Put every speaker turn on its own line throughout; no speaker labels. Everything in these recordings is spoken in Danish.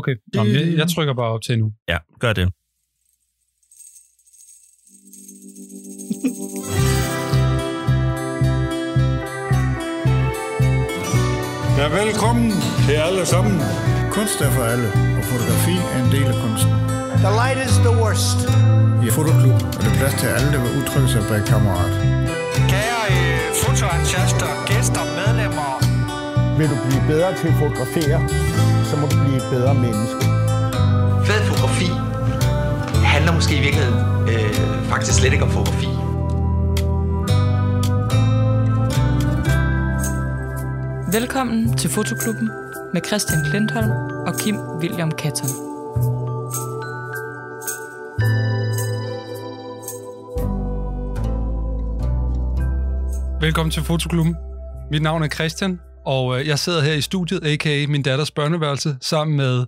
Okay, Nå, men jeg, jeg trykker bare op til nu.
Ja, gør det.
Ja, velkommen til alle sammen.
Kunst er for alle, og fotografi er en del af kunsten.
The light is the worst.
I Fotoklub er det plads til alle, der vil udtrykke sig bag kammerat.
Kære øh, fotoentusiaster, gæster, medlemmer.
Vil du blive bedre til at fotografere, så må du blive et bedre menneske.
Fed fotografi handler måske i virkeligheden øh, faktisk slet ikke om fotografi.
Velkommen til Fotoklubben med Christian Klintholm og Kim William Katton.
Velkommen til Fotoklubben. Mit navn er Christian, og øh, jeg sidder her i studiet, a.k.a. min datters børneværelse, sammen med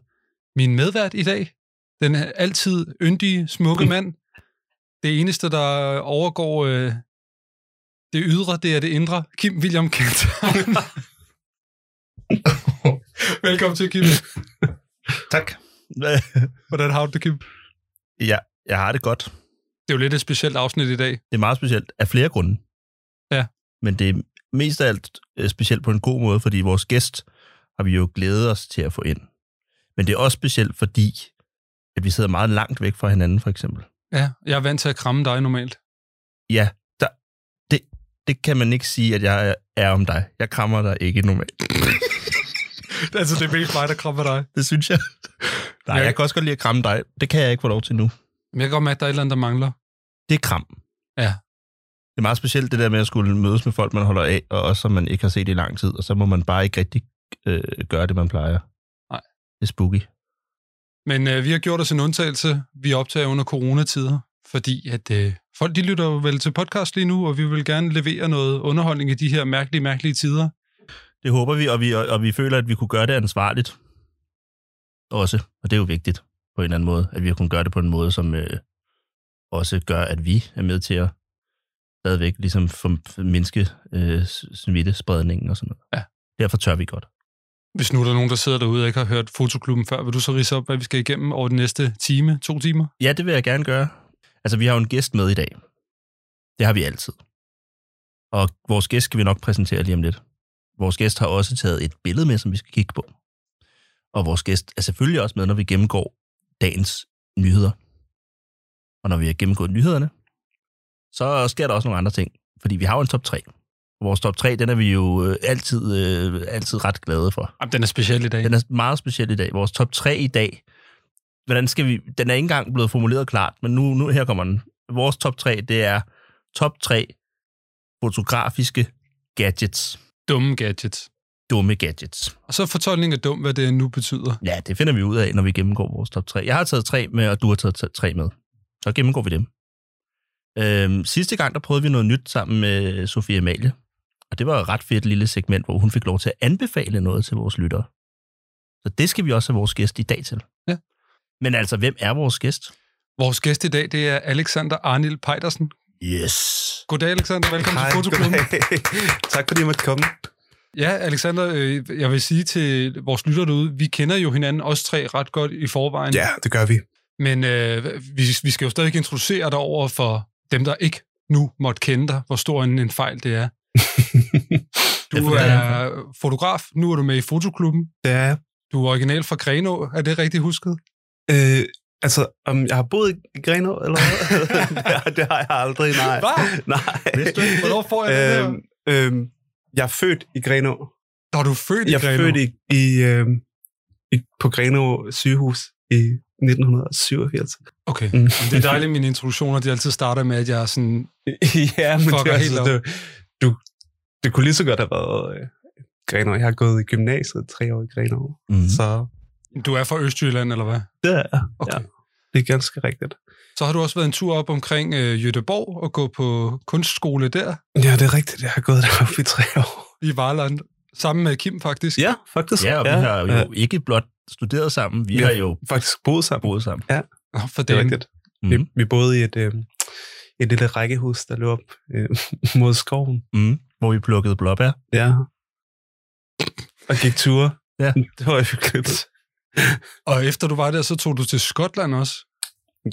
min medvært i dag. Den altid yndige, smukke mand. Det eneste, der overgår øh, det ydre, det er det indre. Kim William Katton. Velkommen til, Kim.
Tak.
Hvordan har du det, Kim?
ja, jeg har det godt.
Det er jo lidt et specielt afsnit i dag.
Det er meget specielt af flere grunde.
Ja.
Men det er mest af alt øh, specielt på en god måde, fordi vores gæst har vi jo glædet os til at få ind. Men det er også specielt, fordi at vi sidder meget langt væk fra hinanden, for eksempel.
Ja, jeg er vant til at kramme dig normalt.
Ja, der, det, det kan man ikke sige, at jeg er- er om dig. Jeg krammer dig ikke normalt.
altså, det er mest mig, der krammer dig.
Det synes jeg. Nej,
Ja.
jeg kan også godt lide at kramme dig. Det kan jeg ikke få lov til nu.
Men jeg kan godt mærke, at der er et eller andet, der mangler.
Det er kram.
Ja.
Det er meget specielt det der med at skulle mødes med folk, man holder af, og også som man ikke har set i lang tid, og så må man bare ikke rigtig øh, gøre det, man plejer.
Nej.
Det er spooky.
Men øh, vi har gjort os en undtagelse. Vi optager under coronatider, fordi at øh, folk de lytter jo vel til podcast lige nu, og vi vil gerne levere noget underholdning i de her mærkelige, mærkelige tider.
Det håber vi og, vi, og vi føler, at vi kunne gøre det ansvarligt også, og det er jo vigtigt på en eller anden måde, at vi har kunnet gøre det på en måde, som øh, også gør, at vi er med til at stadigvæk ligesom for- mindske øh, smittespredningen og sådan noget.
Ja.
Derfor tør vi godt.
Hvis nu er der nogen, der sidder derude og ikke har hørt Fotoklubben før, vil du så rise op, hvad vi skal igennem over den næste time, to timer?
Ja, det vil jeg gerne gøre. Altså, vi har jo en gæst med i dag. Det har vi altid. Og vores gæst skal vi nok præsentere lige om lidt. Vores gæst har også taget et billede med, som vi skal kigge på. Og vores gæst er selvfølgelig også med, når vi gennemgår dagens nyheder. Og når vi har gennemgået nyhederne, så sker der også nogle andre ting. Fordi vi har jo en top 3. Og vores top 3, den er vi jo øh, altid, øh, altid ret glade for.
Jamen, den er speciel i dag.
Den er meget speciel i dag. Vores top 3 i dag. Hvordan skal vi... Den er ikke engang blevet formuleret klart, men nu, nu her kommer den. Vores top 3, det er top 3 fotografiske gadgets.
Dumme gadgets.
Dumme gadgets.
Og så fortolkning af dum, hvad det nu betyder.
Ja, det finder vi ud af, når vi gennemgår vores top 3. Jeg har taget tre med, og du har taget t- tre med. Så gennemgår vi dem. Øhm, sidste gang, der prøvede vi noget nyt sammen med Sofie Amalie. Og det var et ret fedt lille segment, hvor hun fik lov til at anbefale noget til vores lyttere. Så det skal vi også have vores gæst i dag til.
Ja.
Men altså, hvem er vores gæst?
Vores gæst i dag, det er Alexander Arnil Pejdersen.
Yes.
Goddag, Alexander. Velkommen Hej,
Hej,
til Fotoklubben.
goddag. tak fordi jeg måtte komme.
Ja, Alexander, øh, jeg vil sige til vores lytter derude, vi kender jo hinanden, os tre, ret godt i forvejen.
Ja, det gør vi.
Men øh, vi, vi skal jo stadig introducere dig over for dem, der ikke nu måtte kende dig, hvor stor en, en fejl det er.
Jeg
Du
forstår
er fotograf, nu er du med i Fotoklubben.
Det er jeg.
Du er original fra Grenå, er det rigtigt husket?
øh, Altså, om jeg har boet i Grenå, eller hvad? det, har, det har jeg aldrig, nej.
Hvad?
Nej.
Vidste du ikke?
Hvornår får jeg det her?
Øhm, øhm, jeg er født i Grenå.
Når du er født
Jeg
i
er
Grenå.
født i, i, øhm, i, på Grenå sygehus i 1987.
Okay,
Mm.
Jamen, det er dejligt, mine introduktioner, de altid starter med, at jeg er sådan...
ja, men
Fucker
det, er
helt
altså,
op.
det, du, det kunne lige så godt have været øh, Grenå. Jeg har gået i gymnasiet tre år i Grenå.
Mm.
Så
Du er fra Østjylland, eller hvad?
det er, jeg.
Okay.
Ja. det er ganske rigtigt.
Så har du også været en tur op omkring øh, Jødeborg og gå på kunstskole der
Ja, det er rigtigt. Jeg har gået deroppe i tre år.
i Vareland, sammen med Kim faktisk.
Ja, faktisk.
Ja, og vi har jo ikke blot studeret sammen, vi
Ja.
har jo
faktisk boet sammen.
boet sammen.
Nå, for
Det er
det,
rigtigt.
Mm.
Vi, vi boede i et, øh, et lille rækkehus, der lå op øh, mod skoven.
Mm. Hvor vi plukkede blåbær.
Ja. Og gik ture.
Ja.
Det var hyggeligt.
Og efter du var der, så tog du til Skotland også.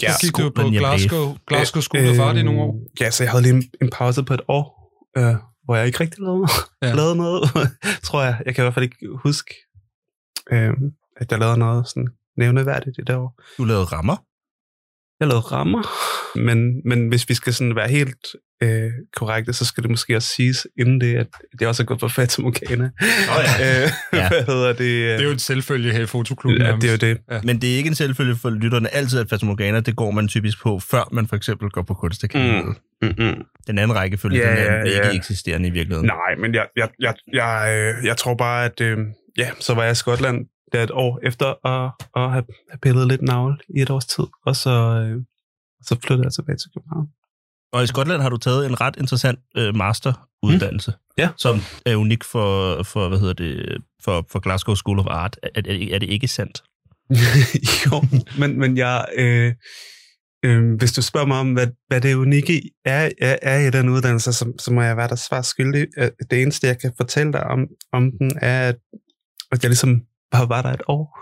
Ja,
så gik du jo på
Skotland, jeg
Glasgow, Glasgow School of Art i nogle år.
Øhm, Ja, så jeg havde lige en, en pause på et år, øh, hvor jeg ikke rigtig lavede,
Ja.
ja. lavede noget, tror jeg. Jeg kan i hvert fald ikke huske, øh, at jeg lavede noget sådan nævneværdigt i det år.
Du lavede rammer.
Jeg lavede rammer, men, men hvis vi skal sådan være helt øh, korrekte, så skal det måske også siges inden det, at jeg også er gået på Fata Morgana.
Oh,
Øh,
Ja.
Hvad hedder det? øh,
Det er jo en selvfølge her i fotoklubben.
ja, det er jo det.
Men det er ikke en selvfølge for lytterne altid, at Fata Morgana, det går man typisk på, før man for eksempel går på kunstakademiet. Mm.
Mm-mm.
Den anden rækkefølge,
Ja,
yeah, den er
ja,
ikke
ja.
eksisterende i virkeligheden.
Nej, men jeg, jeg, jeg, jeg, øh, jeg tror bare, at øh, ja, så var jeg i Skotland der et år efter at, at have, have pillet lidt navle i et års tid, og så, øh, så flyttede jeg tilbage til København.
Og i Skotland har du taget en ret interessant øh, masteruddannelse,
Ja.
som er unik for, for, hvad hedder det, for, for Glasgow School of Art. Er, er, det- er det ikke sandt?
jo, men, men jeg, øh, øh, hvis du spørger mig om, hvad, hvad det unikke er, er, er i den uddannelse, så, så må jeg være der svar skyldig. Øh, Det eneste, jeg kan fortælle dig om, om den, er, at, at jeg ligesom bare var der et år.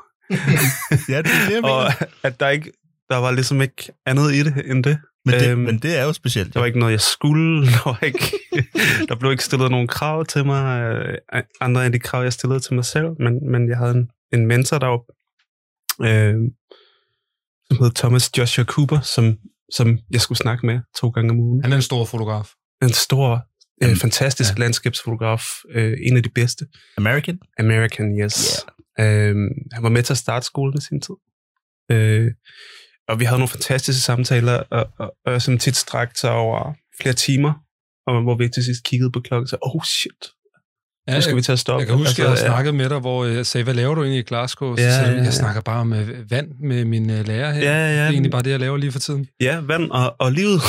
ja, det er det, jeg
og at der ikke der var ligesom ikke andet i det end det.
Men det,
Øhm,
men det er jo specielt. Ja.
Der var ikke noget, jeg skulle. Der, var ikke, der blev ikke stillet nogen krav til mig, øh, andre end de krav, jeg stillede til mig selv. Men, men jeg havde en, en mentor, der var, øh, som hed Thomas Joshua Cooper, som, som jeg skulle snakke med to gange om ugen.
Han er en stor fotograf.
En stor, øh,
Jamen,
fantastisk ja. landskabsfotograf. Øh, en af de bedste.
American?
American, yes. Yeah. Øhm, han var med til at starte skolen i sin tid. Øh, og vi havde nogle fantastiske samtaler, og, og, og som tit strakte sig over flere timer, og hvor vi til sidst kiggede på klokken og sagde, oh shit,
Ja,
nu skal vi til at stoppe.
Jeg kan huske, altså, jeg havde
ja.
snakket med dig, hvor jeg sagde, hvad laver du egentlig i Glasgow? Så
Ja,
sagde du,
ja,
jeg
ja.
snakker bare om øh, vand med min øh, lærer her.
Ja,
Det er
ja,
egentlig
ja,
bare det, jeg laver lige for tiden.
ja, vand og, og livet.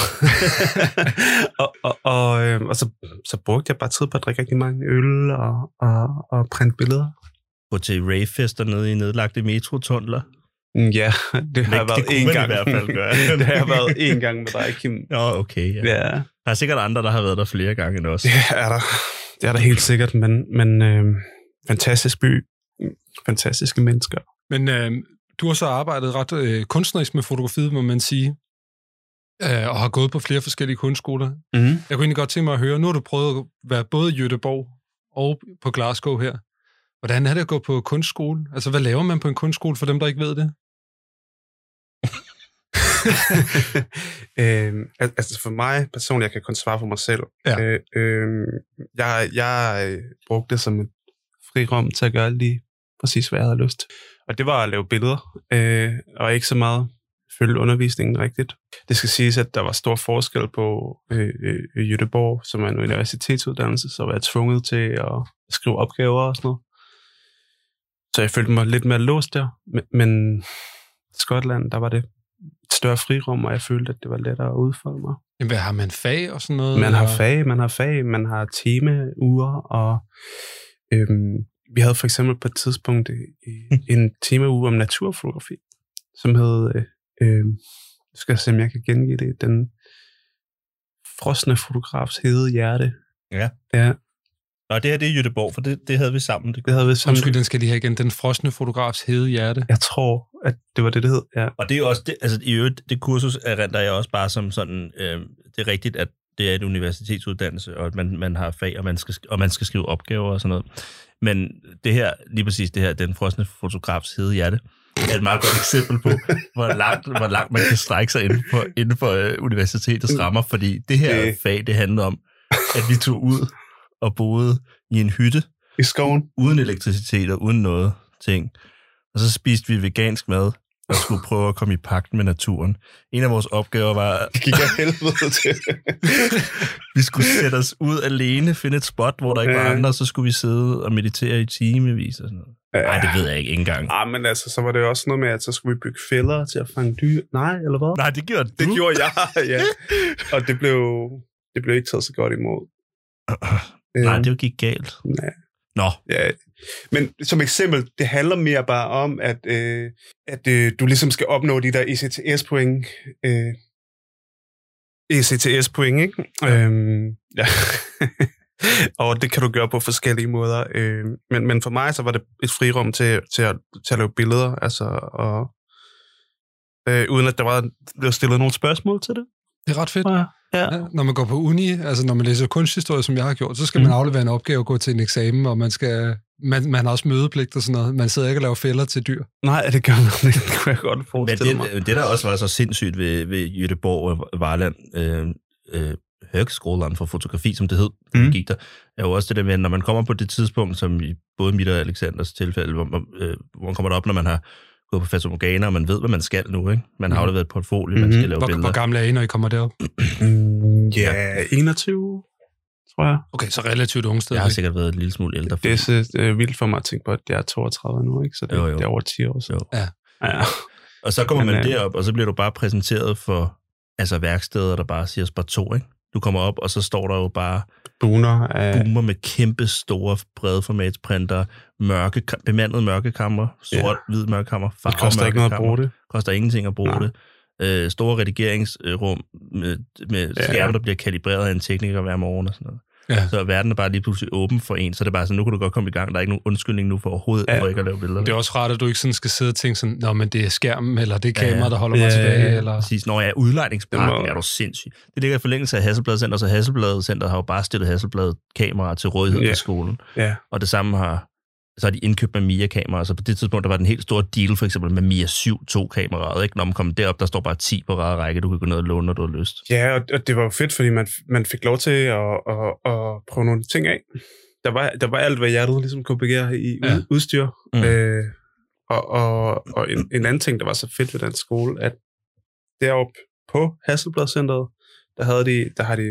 og og, og, øh, og så, så brugte jeg bare tid på at drikke rigtig mange øl og, og, og printe billeder.
Gå til ravefester nede i nedlagte metrotunnler.
Mm, Ja, det
Det-
har jeg været
det kunne
én
man i
gang.
hvert fald gøre.
det har jeg været én gang med dig, Kim.
Nå, okay. Ja.
Ja.
Der er sikkert andre, der har været der flere gange end os.
Det er der. Det er der helt sikkert, men, men øh, fantastisk by, fantastiske mennesker.
Men øh, du har så arbejdet ret øh, kunstnerisk med fotografiet, må man sige, øh, og har gået på flere forskellige kunstskoler.
Mm.
Jeg kunne egentlig godt tænke mig at høre, nu har du prøvet at være både i Göteborg og på Glasgow her. Hvordan er det at gå på kunstskole? Altså, hvad laver man på en kunstskole, for dem, der ikke ved det?
øh, al- altså for mig personligt, jeg kan kun svare for mig selv.
Ja.
Øh, øh, jeg jeg øh, brugte det som et frirum til at gøre lige præcis, hvad jeg havde lyst. Og det var at lave billeder, øh, og ikke så meget følge undervisningen rigtigt. Det skal siges, at der var stor forskel på øh, øh, Jødeborg, som er en universitetsuddannelse, så var jeg tvunget til at skrive opgaver og sådan noget. Så jeg følte mig lidt mere låst der, men, men Skotland, der var det et større frirum, og jeg følte, at det var lettere at udfolde mig.
Jamen, hvad har man fag og sådan noget?
Man har
Og-
fag, man har fag, man har temauger, og øhm, vi havde for eksempel på et tidspunkt øh, en temauge om naturfotografi, som hed, øh, øh, nu skal jeg se, om jeg kan gengive det, den frosne fotografs hede hjerte.
Ja.
ja
Nå, det her det er Jødeborg, for det, det havde vi sammen. Det,
det havde vi sammen.
Undskyld, den skal jeg lige have igen. Den frosne fotografs hede hjerte.
Jeg tror, at det var det, det hed. Ja.
Og det er jo også, det, altså i øvrigt, det kursus erindrer jeg også bare som sådan, øh, det er rigtigt, at det er et universitetsuddannelse, og at man, man har fag, og man, skal, sk- og man skal skrive opgaver og sådan noget. Men det her, lige præcis det her, den frosne fotografs hede hjerte, er et meget godt eksempel på, hvor langt, hvor langt man kan strække sig inden for, inden for øh, universitetets rammer, fordi det her
Det-
fag, det handlede om, at vi tog ud og boede i en hytte,
I skoven.
uden elektricitet og uden noget ting. Og så spiste vi vegansk mad og skulle prøve at komme i pagt med naturen. En af vores opgaver var,
Det gik af helvede til.
vi skulle sætte os ud alene, finde et spot, hvor der ikke var
Ja.
andre, og så skulle vi sidde og meditere i timevis og sådan noget. Nej, det ved jeg ikke engang.
Ah, men altså, så var det jo også noget med, at så skulle vi bygge fælder til at fange dyr. Nej, eller hvad?
Nej, det gjorde du.
Det gjorde jeg, ja. Og det blev, det blev ikke taget så godt imod.
Nej,
Øh,
det gik galt.
Nej.
Nå,
Ja. Men som eksempel, det handler mere bare om, at, øh, at øh, du ligesom skal opnå de der ECTS-point. E Øh, ECTS-point, ikke? Øhm, ja. og det kan du gøre på forskellige måder. Øh, men, men for mig så var det et frirum til, til, at, til at lave billeder, altså, og, øh, uden at der var blevet stillet nogle spørgsmål til det.
Det er ret fedt.
Ja. Ja.
Ja, når man går på uni, altså når man læser kunsthistorie, som jeg har gjort, så skal mm. man aflevere en opgave og gå til en eksamen, og man, skal, man, man har også mødepligt og sådan noget. Man sidder ikke og laver fælder til dyr.
Nej, det gør man ikke. Det kunne jeg godt
Men
forestille mig.
det, det, der også var så sindssygt ved, ved Jødeborg og Varland, øh, øh, Høgskolen for fotografi, som det hed,
Mm.
mm. gik der, er jo også det der med, at når man kommer på det tidspunkt, som i både mit og Alexanders tilfælde, hvor, man- øh, hvor man kommer derop, når man har gået på Fata Morgana, og man ved, hvad man skal nu, ikke? Man har
Mhm.
afleveret et portfolio, mm-hmm.
Mhm.
man skal lave
Hvor,
billeder.
hvor gamle er I, når I kommer derop?
Ja, 21, tror jeg.
Okay, så relativt unge
jeg har
stadigvæk.
sikkert været en lille smule ældre.
Det er så øh, vildt for mig at tænke på, at jeg er 32 nu, ikke? så det,
Jo, jo.
det er over 10 år siden.
Jo.
Ja.
ja.
Og så kommer
Men,
man
øh,
derop, og så bliver du bare præsenteret for altså værksteder, der bare siger Sparto, ikke? Du kommer op, og så står der jo bare
Buner af...
boomer med kæmpe store, brede formatsprinter, mørke, bemandet mørkekammer, sort, ja. hvid mørkekammer, farve
Det koster ikke noget at bruge det.
koster ingenting at bruge
Nej.
Nej. det. Øh, store redigeringsrum med, med
Ja.
ja. skærme, der bliver kalibreret af en tekniker hver morgen og sådan noget.
Ja.
Så verden er bare lige pludselig åben for en, så det er bare sådan, nu kan du godt komme i gang. Der er ikke nogen undskyldning nu for overhovedet
Ja.
ja. for ikke at lave billeder.
Det er også rart, at du ikke sådan skal sidde og tænke sådan, Nå, men det er skærmen, eller det er
Ja, ja.
kamera, der holder mig
Ja, ja, ja.
tilbage, eller...
Præcis, når jeg er
Det
udlejningsparken,
må-
er du sindssyg. Det ligger i forlængelse af Hasselblad Center, så Hasselblad Center har jo bare stillet Hasselblad kameraer til rådighed
Ja.
yeah. til skolen.
Ja.
Og det samme har så har de indkøbt Mamiya kameraer, så på det tidspunkt, der var den helt store deal, for eksempel Mamiya 7-2 kameraet, ikke? Når man kom derop, der står bare 10 på rad og række, du kan gå ned og låne, når du har lyst.
Ja, og, og det var jo fedt, fordi man, man fik lov til at, at, at prøve nogle ting af. Der var, der var alt, hvad hjertet ligesom kunne begære i
Ja.
ja. udstyr.
Mm.
Mm. Øh, og og, og en, en anden ting, der var så fedt ved den skole, at deroppe på Hasselbladcenteret, der, havde de, der har de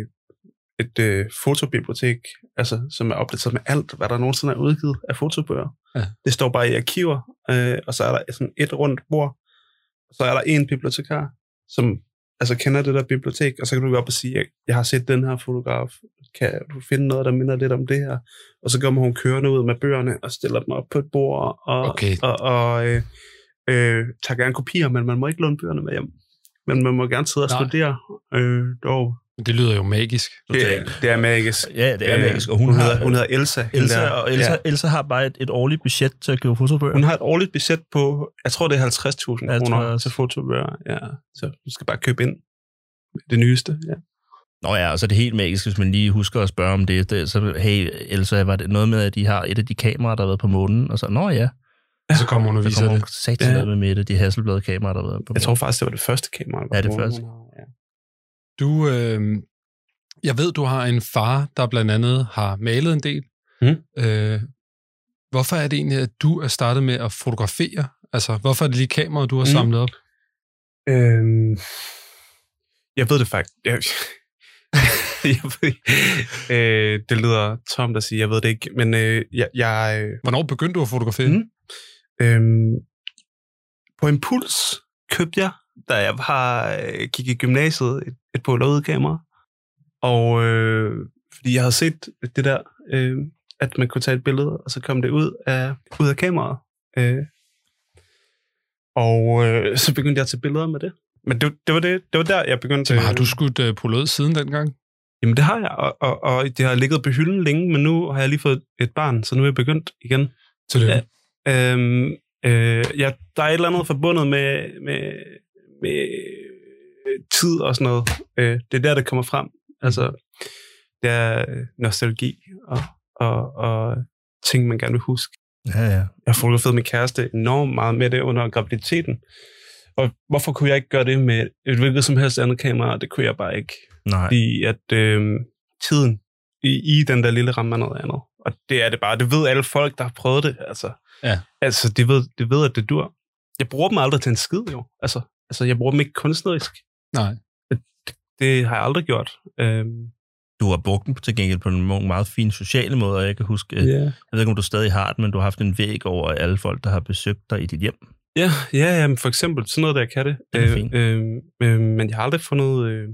et øh, fotobibliotek, altså, som er opdateret med alt, hvad der nogensinde er udgivet af fotobøger.
Ja.
Det står bare i arkiver, øh, og så er der sådan et rundt bord, og så er der en bibliotekar, som altså kender det der bibliotek, og så kan du gå op og sige, jeg har set den her fotograf, kan du finde noget, der minder lidt om det her? Og så kommer hun kørende ud med bøgerne og stiller dem op på et bord, og,
Okay.
og, og øh, øh, tager gerne kopier, men man må ikke låne bøgerne med hjem. Men man må gerne sidde og
Nej.
studere. Øh, dog.
Det lyder jo magisk.
Det, det er magisk.
Ja, det er
Øh,
magisk, og hun,
hun,
har,
hedder, hun hedder Elsa. hende
Elsa,
der.
og Elsa,
Ja.
ja. Elsa har bare et, et årligt budget til at købe fotobøger.
Hun har et årligt budget på, jeg tror det er 50.000
Ja, det tror jeg
kroner
også.
til fotobøger. Ja, så du skal bare købe ind det nyeste. Ja.
Nå ja, og så er det helt magisk, hvis man lige husker at spørge om det. det så, hey, Elsa, var det noget med, at de har et af de kameraer, der har været på månen? Og så, nå ja,
Og så kommer hun og
så
viser
kommer hun
det.
sat ja.
Ja.
ned med Mette, de hasselblad kameraer, der har været på
Jeg tror
månen.
faktisk, det var det første kamera. der var
Ja, det
på.
første.
Ja.
Du, øh, jeg ved, du har en far, der blandt andet har malet en del.
Mm.
Øh, hvorfor er det egentlig, at du er startet med at fotografere? Altså, hvorfor er det lige kamera, du har
Mm.
samlet op?
Øhm, jeg ved det faktisk. Jeg, jeg ved, øh, det lyder tomt at sige, jeg ved det ikke. Men øh, jeg, jeg, øh,
Hvornår begyndte du at fotografere?
Mm. Øhm, på impuls købte jeg, da jeg var, øh, gik i gymnasiet, et, et polaroid-kamera. Og øh, fordi jeg havde set det der, øh, at man kunne tage et billede, og så kom det ud af, ud af kameraet. Øh. Og øh, så begyndte jeg at tage billeder med det. Men det, det, var det, det var der, jeg begyndte...
Har du skudt øh, på lød siden dengang?
Jamen det har jeg, og, og, og det har ligget på hylden længe, men nu har jeg lige fået et barn, så nu er jeg begyndt igen.
Tillykke. Ja.
Ja. Øhm, øh, ja, der er et eller andet forbundet med, med, med tid og sådan noget. Øh, det er der, det kommer frem. Altså, det er øh, nostalgi og, og, og ting, man gerne vil huske.
Ja, ja.
Jeg har fotograferet min kæreste enormt meget med det under graviditeten. Og hvorfor kunne jeg ikke gøre det med et hvilket som helst andet kamera? Det kunne jeg bare ikke.
Nej.
Fordi at øh, tiden i, i den der lille ramme er noget andet. Og det er det bare. Det ved alle folk, der har prøvet det. Altså,
Ja.
altså de, ved, de ved, at det dur. Jeg bruger dem aldrig til en skid, jo. Altså, altså jeg bruger dem ikke kunstnerisk.
Nej.
Det, det har jeg aldrig gjort. Øhm,
Du har brugt den til gengæld på nogle meget fine sociale måder, og jeg kan huske, øh,
yeah.
jeg ved ikke, om du stadig har den, men du har haft en væg over alle folk, der har besøgt dig i dit hjem.
Ja, ja, ja men for eksempel sådan noget, der kan det.
Det er fint.
øh, øh, men jeg har aldrig fundet øh,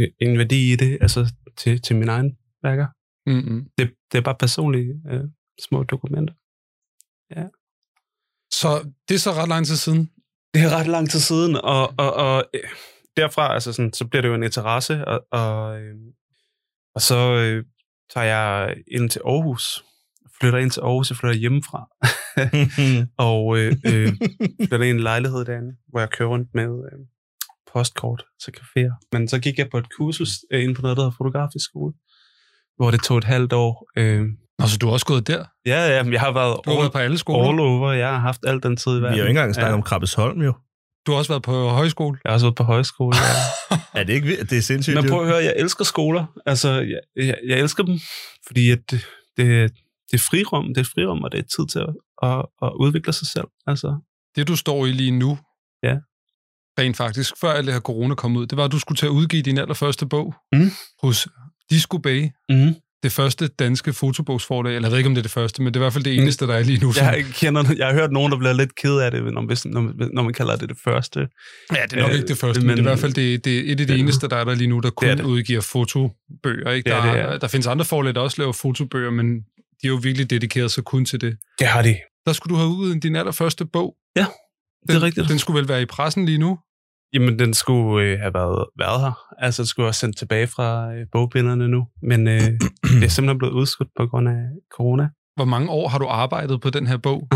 øh, en værdi i det, altså til, til mine egne værker.
Mm-hmm.
Det, det er bare personlige øh, små dokumenter.
Så det er så ret lang tid siden.
Det er ret lang tid siden, og, og, og øh, derfra, altså sådan, så bliver det jo en interesse, og, og, øh, og så øh, tager jeg ind til Aarhus, flytter ind til Aarhus, jeg flytter hjemmefra, og øh, øh, flytter ind i en lejlighed derinde, hvor jeg kører rundt med øh, postkort til caféer. Men så gik jeg på et kursus øh, inde på noget, der hedder fotografisk skole, hvor det tog et halvt år. Øh,
Nå, så du er også gået der?
ja, ja, men jeg har været,
Du har været på alle skoler?
all over, jeg har haft al den tid i verden.
Vi har jo ikke engang snakket om Krabbesholm, jo.
Du har også været på højskole?
Jeg har også været på højskole. Ja.
Er det ikke vildt? Det er sindssygt.
Men
jo.
prøv at høre, jeg elsker skoler. Altså, jeg, jeg, jeg elsker dem, fordi at det, det, det er frirum, det er et frirum, og det er tid til at, at, at udvikle sig selv. Altså,
Det, du står i lige nu,
Ja.
rent faktisk, før alt det her corona kom ud, det var, at du skulle til at udgive din allerførste bog
Mm.
hos Disco Bay,
mm.
det første danske fotobogsforlag, eller jeg ved ikke, om det er det første, men det er i hvert fald det eneste, der er lige nu.
Mm. jeg, kender, jeg har hørt nogen, der bliver lidt ked af det, når, hvis- når, når man kalder det det første.
Ja, det er nok
Øh,
ikke det første, men, men det er i hvert fald det, det er et af de
Ja.
eneste, der er der lige nu, der kun
Det er
det
det.
udgiver fotobøger. Ikke?
Det
Der,
er det,
det
ja.
der findes andre forlag, der også laver fotobøger, men de er jo virkelig dedikeret sig kun til det.
Det har de.
Der skulle du have udgivet din allerførste bog.
Ja,
den,
det er rigtigt.
Den skulle vel være i pressen lige nu?
Jamen, den skulle øh, have været, været her. Altså, den skulle også sendt tilbage fra øh, bogbinderne nu. Men øh, det er simpelthen blevet udskudt på grund af corona.
Hvor mange år har du arbejdet på den her bog?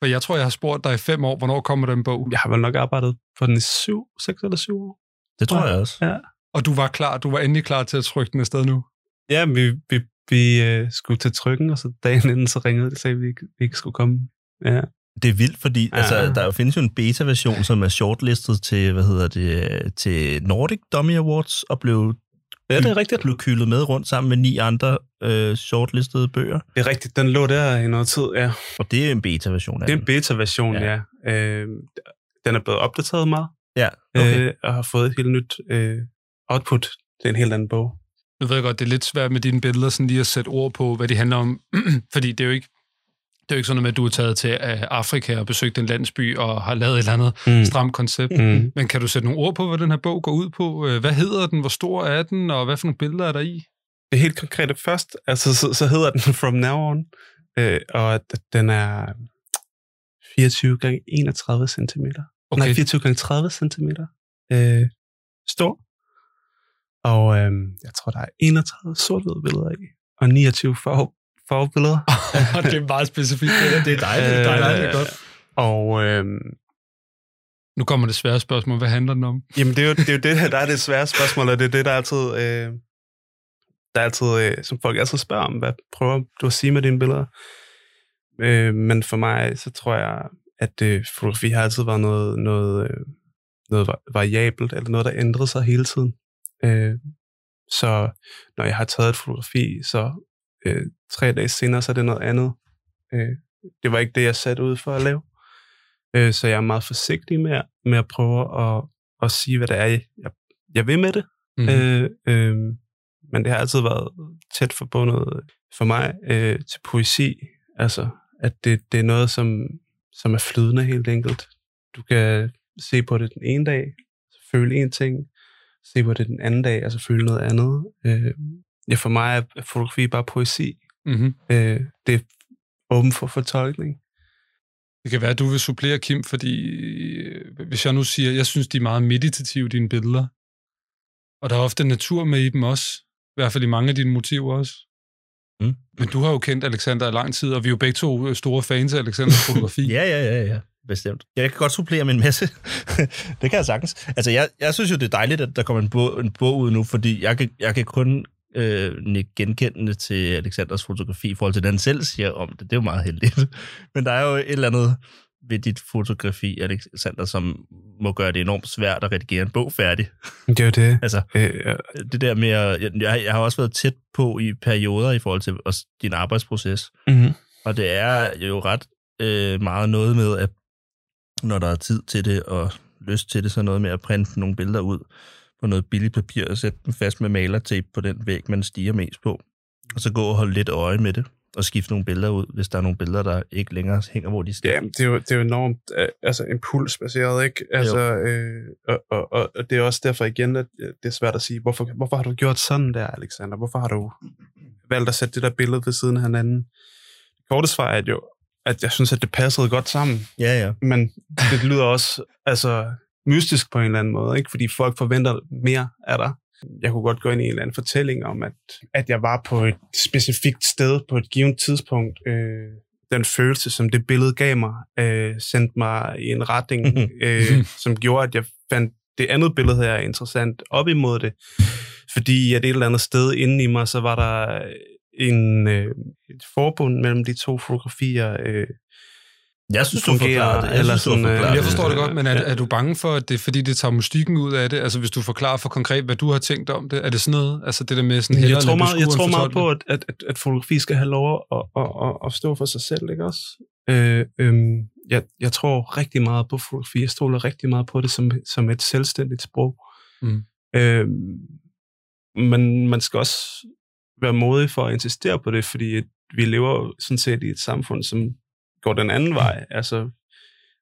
For jeg tror, jeg har spurgt dig i fem år, hvornår kommer den bog?
jeg har vel nok arbejdet på den i syv, seks eller syv år.
Det tror jeg også.
Og du var klar, du var endelig klar til at trykke den afsted nu.
Ja, men vi, vi, vi øh, skulle til trykken, og så dagen inden, så ringede de og sagde, at vi ikke, vi ikke skulle komme. Ja.
Det er vildt, fordi ja.
Ja.
altså, der jo findes jo en beta-version, som er shortlistet til, hvad hedder det, til Nordic Dummy Awards, og blev,
ja, det er rigtigt.
blev kylet med rundt sammen med ni andre øh, shortlistede bøger.
Det er rigtigt, den lå der i noget tid, ja.
Og det er en beta-version af
Det er
den.
en beta-version, ja. ja. Øh, den er blevet opdateret meget,
ja, okay.
okay. øh, og har fået et helt nyt øh, output. Det er en helt anden bog.
Nu ved jeg godt, det er lidt svært med dine billeder sådan lige at sætte ord på, hvad de handler om. Fordi det er jo ikke, det er jo ikke sådan noget med, at du er taget til øh, Afrika og besøgt en landsby og har lavet et eller andet mm. stramt koncept. Mm.
Mm.
Men kan du sætte nogle ord på, hvad den her bog går ud på? Øh, Hvad hedder den? Hvor stor er den? Og hvad for nogle billeder er der i?
Det er helt konkrete først, altså så, så hedder den From Now On, øh, og at den er 24 gange 31 centimeter. Okay. Nej,
Okay,
24 gange 30 cm øh, stor. Og øh, jeg tror, der er 31 sort billeder i, og 29 farve, farvebilleder.
og det er meget specifikt. Det der. Det er
dejligt,
det er dejligt
øh,
godt.
Og øh,
Nu kommer det svære spørgsmål. Hvad handler den om?
jamen, det er, jo, det er jo det, der er det svære spørgsmål, og det er det, der altid... Øh, der er altid, øh, som folk altid spørger om, hvad prøver du at sige med dine billeder? Øh, men for mig, så tror jeg, at øh, fotografi har altid været noget, noget, øh, noget va- variabelt, eller noget, der ændrede sig hele tiden. Øh, så når jeg har taget et fotografi, så øh, tre dage senere, så er det noget andet. Øh, det var ikke det, jeg satte ud for at lave. Øh, så jeg er meget forsigtig med, med at prøve at, at sige, hvad det er, jeg, jeg vil med det.
Mm.
Øh, øh, men det har altid været tæt forbundet for mig øh, til poesi. Altså, at det, det er noget, som, som er flydende helt enkelt. Du kan se på det den ene dag, føle en ting, se på det den anden dag, altså føle noget andet. Øh, ja, for mig er er fotografi bare poesi.
Mm-hmm.
Øh, det er åben for fortolkning.
Det kan være, at du vil supplere, Kim, fordi øh, hvis jeg nu siger, jeg synes, de er meget meditative, dine billeder, og der er ofte natur med i dem også, i hvert fald i mange af dine motiver også.
Mm.
Men du har jo kendt Alexander i lang tid, og vi er jo begge to øh, store fans af Alexanders fotografi.
Ja, ja, ja, ja. Bestemt. Jeg kan godt supplere med en masse. det kan jeg sagtens. Altså, jeg, jeg synes jo, det er dejligt, at der kommer en bog, en bog ud nu, fordi jeg kan, jeg kan kun øh, nikke genkendende til Alexanders fotografi i forhold til, det, han selv siger om det. Det er jo meget heldigt. Men der er jo et eller andet ved dit fotografi, Alexander, som må gøre det enormt svært at redigere en bog færdig.
Det er jo det.
Altså,
Øh,
det der med at, jeg, jeg, jeg har også været tæt på i perioder i forhold til også din arbejdsproces.
Mhm.
Og det er jo ret øh, meget noget med, at når der er tid til det og lyst til det, så noget med at printe nogle billeder ud på noget billigt papir og sætte dem fast med malertape på den væg, man stiger mest på. Og så gå og holde lidt øje med det og skifte nogle billeder ud, hvis der er nogle billeder, der ikke længere hænger, hvor de skal.
Ja, men det er jo, det er jo enormt øh, altså, impulsbaseret, ikke? Altså, øh, og, og, og, og det er også derfor igen, at øh, det er svært at sige, hvorfor, hvorfor har du gjort sådan der, Alexander? Hvorfor har du valgt at sætte det der billede ved siden af hinanden? Korte svar er jo, at jeg synes, at det passede godt sammen,
Ja, ja.
men det lyder også altså, mystisk på en eller anden måde, ikke? Fordi folk forventer mere af dig. Jeg kunne godt gå ind i en eller anden fortælling om, at, at jeg var på et specifikt sted på et givet tidspunkt. Øh, den følelse, som det billede gav mig, øh, sendte mig i en retning, øh, som gjorde, at jeg fandt det andet billede her interessant op imod det. Fordi at et eller andet sted inde i mig, så var der en, øh, et forbund mellem de to fotografier. Øh,
Jeg synes, du
fungerer,
forklarer det. Jeg
eller
synes, du
sådan, øh,
forklarer
Jeg
Ja,
forstår det
ja,
godt, men er,
ja.
er du bange for, at det er fordi, det tager mystikken ud af det? Altså, hvis du forklarer for konkret, hvad du har tænkt om det, er det sådan noget? Altså, det der med sådan
jeg,
hellere
tror
lade
meget, jeg
beskueren
tror meget
fortolke
på, at, at, at, at fotografi skal have lov at, at, at, at stå for sig selv, ikke også? Øh, øhm, jeg, jeg tror rigtig meget på fotografi. Jeg stoler rigtig meget på det som, som et selvstændigt sprog.
Mm.
Øh, men man skal også være modig for at insistere på det, fordi at vi lever jo sådan set i et samfund, som går den anden vej.
Mm.
Altså,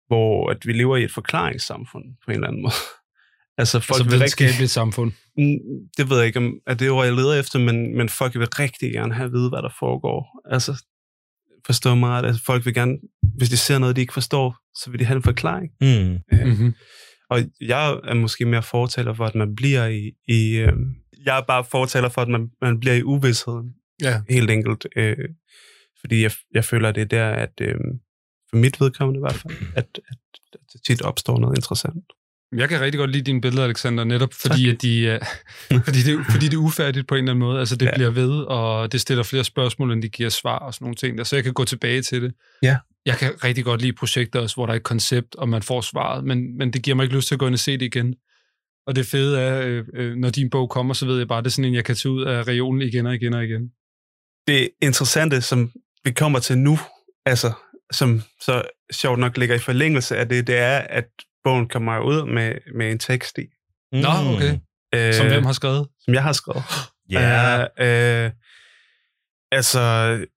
hvor at vi lever i et forklaringssamfund på en eller anden måde. Altså, folk
Altså,
vil rigtig,
videnskabeligt samfund.
Mm, det ved jeg ikke, om er det ord, jeg leder efter, men, men folk vil rigtig gerne have at vide, hvad der foregår. Altså, forstå mig, ret, altså, folk vil gerne, hvis de ser noget, de ikke forstår, så vil de have en forklaring.
Mm.
Mm-hmm.
Og jeg er måske mere fortaler for, at man bliver i... i øh, jeg er bare fortaler for, at man, man bliver i uvidsheden.
Ja.
Helt enkelt. Øh, fordi jeg, jeg føler, det er der, at øh, for mit vedkommende i hvert fald, at, at, at der tit opstår noget interessant.
Jeg kan rigtig godt lide dine billeder, Alexander, netop fordi, at de, er- fordi, det, fordi det er ufærdigt på en eller anden måde. Altså, det ja.
Ja.
bliver ved, og det stiller flere spørgsmål, end det giver svar og sådan nogle ting. Der, så jeg kan gå tilbage til det.
Ja.
Jeg kan rigtig godt lide projekter også, hvor der er et koncept, og man får svaret, men, men det giver mig ikke lyst til at gå ind og se det igen. Og det fede er, øh, øh, når din bog kommer, så ved jeg bare, det er sådan en, jeg kan tage ud af regionen igen og igen og igen.
det interessante, som vi kommer til nu, altså, som så sjovt nok ligger i forlængelse af det, det er, at bogen kommer ud med, med en tekst i,
Mm.
Nå, okay.
øh,
Som øh. hvem har skrevet?
som jeg har skrevet.
Ja. Yeah.
Øh, øh, altså,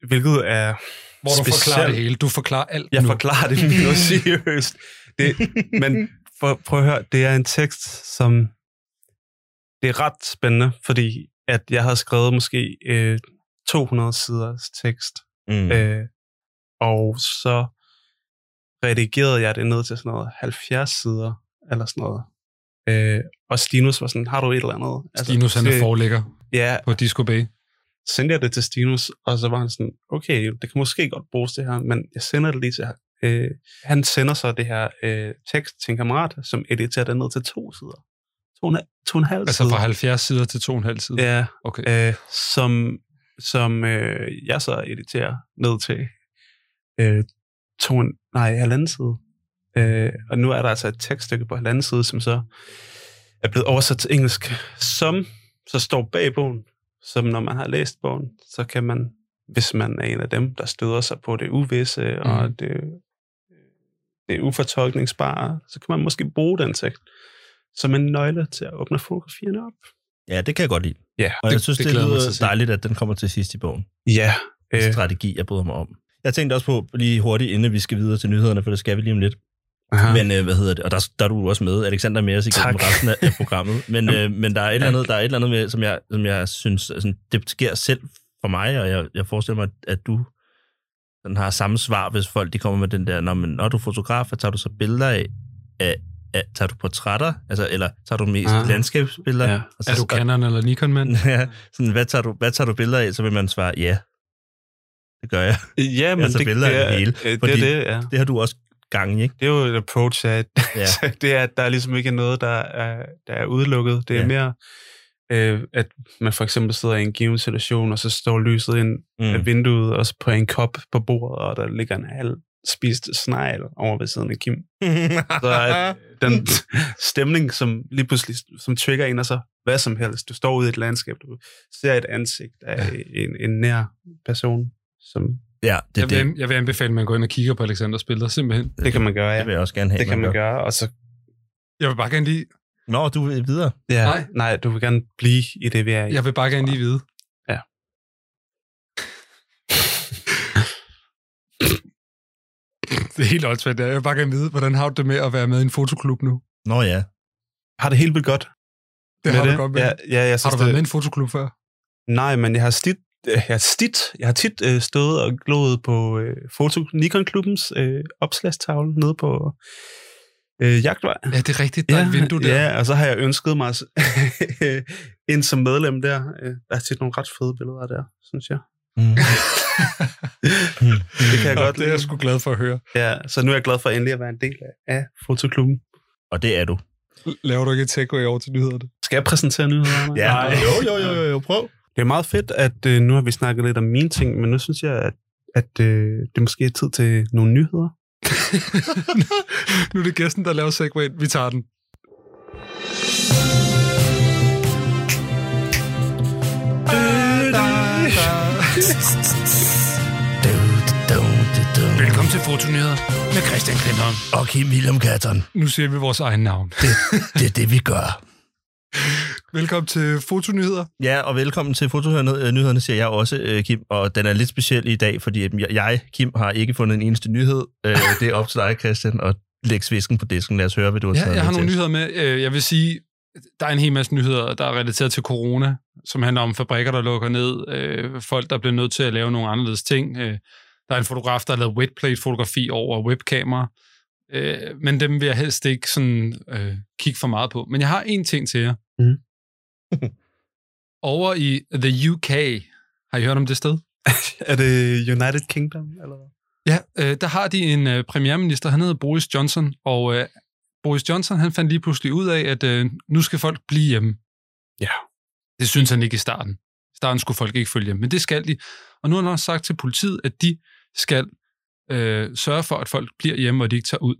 hvilket er...
Hvor du forklarer
specielt.
det hele. Du forklarer alt
Jeg
nu.
forklarer det minusiøst. Det, men for, prøv at høre, det er en tekst, som... Det er ret spændende, fordi at jeg har skrevet måske øh, 200 siders tekst,
Mm.
Øh, og så redigerede jeg det ned til sådan noget 70 sider, eller sådan noget. Øh, og Stinus var sådan, har du et eller andet? Altså,
Stinus, han er
det-
forlægger
Ja,
på Disco Bay.
sendte jeg det til Stinus, og så var han sådan, okay, det kan måske godt bruges det her, men jeg sender det lige til ham. Øh, han sender så det her øh, tekst til en kammerat, som editerer det ned til to sider. To og en, to og en halv
Altså
side.
fra 70 sider til 2,5 sider.
Ja,
Okay.
øh, som, som øh, jeg så editerer ned til øh, to, nej, halvanden side. Øh, og nu er der altså et tekststykke på halvanden side, som så er blevet oversat til engelsk, som så står bag bogen, som når man har læst bogen, så kan man, hvis man er en af dem, der støder sig på det uvisse mm. og det, det ufortolkningsbare, så kan man måske bruge den tekst som en nøgle til at åbne fotografierne op.
Ja, det kan jeg godt lide.
Ja,
og jeg
det-
synes,
det
det, det
glæder jeg mig
lyder
til at se.
dejligt, at den kommer til sidst i bogen.
Ja.
Øh. Strategi, jeg bryder mig om. Jeg tænkte også på, lige hurtigt, inden vi skal videre til nyhederne, for det skal vi lige om lidt.
aha.
Men øh, hvad hedder det? Og der, der er du også med. Alexander er med os igennem
Tak.
resten af, af programmet. Men, øh, men der er et eller andet, der er et eller andet med, som, jeg, som jeg synes, altså, det sker selv for mig, og jeg, jeg forestiller mig, at du sådan har samme svar, hvis folk de kommer med den der, når, men, når du er fotograf, hvad tager du så billeder af, af, af tager du portrætter, altså, eller tager du mest
Ah.
ah. landskabsbilleder?
Ja.
Og så,
Er du Altså, Canon eller Nikon-mand?
ja, sådan, hvad, tager du, hvad tager du billeder af? Så vil man svare, ja, det gør jeg.
Ja, men
Altså,
det,
billeder
det,
af
er,
det hele,
øh, det,
fordi-
er det, ja.
Det har du også gang i, ikke?
det er jo et approach af, at
Ja.
det er, at der er ligesom ikke noget, der er, der er udelukket. Det er
Ja.
ja. mere, øh, at man for eksempel sidder i en given situation, og så står lyset ind af
Mm.
vinduet, og så på en kop på bordet, og der ligger en halv spist snegl over ved siden af Kim. Så er den stemning, som lige pludselig som trigger en, og så hvad som helst. Du står ude i et landskab, du ser et ansigt af en, en nær person, som
ja, det, er
Jeg vil,
det,
an- jeg vil anbefale, at man går ind og kigger på Alexanders billeder, simpelthen.
det kan man gøre, ja.
det vil jeg også gerne have.
Det kan man gøre, og så
Jeg vil bare gerne lige,
Nå, du er videre.
Ja,
Nej.
nej. nej, du vil gerne blive i det, vi er i.
jeg vil bare gerne lige vide.
Ja.
Det er helt åndssvagt, det er. jeg vil bare gerne vide, hvordan har du det med at være med i en fotoklub nu?
Nå ja.
Har det helt vildt godt.
Det
med
har du godt med.
Ja, ja, jeg
Har
synes,
du været
det,
med i en fotoklub før?
Nej, men jeg har stit, øh, jeg har stit, jeg har tit øh, stået og glået på øh, foto Nikon-klubbens øh, opslagstavle nede på øh, jagtvej.
Ja, det er rigtigt. Der er et vindue der.
Ja, og så har jeg ønsket mig s- ind som medlem der. Øh, Der er tit nogle ret fede billeder der, synes jeg.
Mm.
Det kan jeg
Ja,
godt
Mm. det er jeg
lide.
sgu glad for at høre.
Ja, så nu er jeg glad for endelig at være en del af- af fotoklubben.
Og det er du.
Laver du ikke et takeaway over til nyhederne?
Skal jeg præsentere nyhederne?
Ja, jo, jo, jo, jo, jo, prøv.
Det er meget fedt, at øh, nu har vi snakket lidt om mine ting, men nu synes jeg, at, at øh, det måske er tid til nogle nyheder.
nu er det gæsten, der laver segwayen. Vi tager den. Velkommen til Fotonyheder med Christian Klintholm.
Og Kim William Katteren.
Nu siger vi vores egen navn.
Det er det, vi gør.
Velkommen til Fotonyheder.
Ja, og velkommen til Fotohørnyhederne, siger jeg også, øh, Kim. Og den er lidt speciel i dag, fordi at jeg- jeg, Kim, har ikke fundet en eneste nyhed. Øh, Det er op til dig, Christian, og læg svisken på disken. Lad os høre, hvad du har
Ja,
taget
jeg
med
har nogle
til.
nyheder med. Øh, Jeg vil sige, der er en hel masse nyheder, der er relateret til corona, som handler om fabrikker, der lukker ned, øh, folk, der bliver nødt til at lave nogle anderledes ting. Øh, Der er en fotograf, der har lavet wetplate-fotografi over webkamera, Øh, men dem vil jeg helst ikke sådan, øh, kigge for meget på. Men jeg har en ting til jer.
Mhm.
over i the UK, har I hørt om det sted?
Er det United Kingdom, eller hvad?
Ja, øh, der har de en øh, premierminister, han hedder Boris Johnson, og øh, Boris Johnson han fandt lige pludselig ud af, at øh, nu skal folk blive hjemme.
Ja.
Det synes han ikke i starten. I starten skulle folk ikke følge hjem, men det skal de. Og nu har han også sagt til politiet, at de skal øh, sørge for, at folk bliver hjemme, og de ikke tager ud.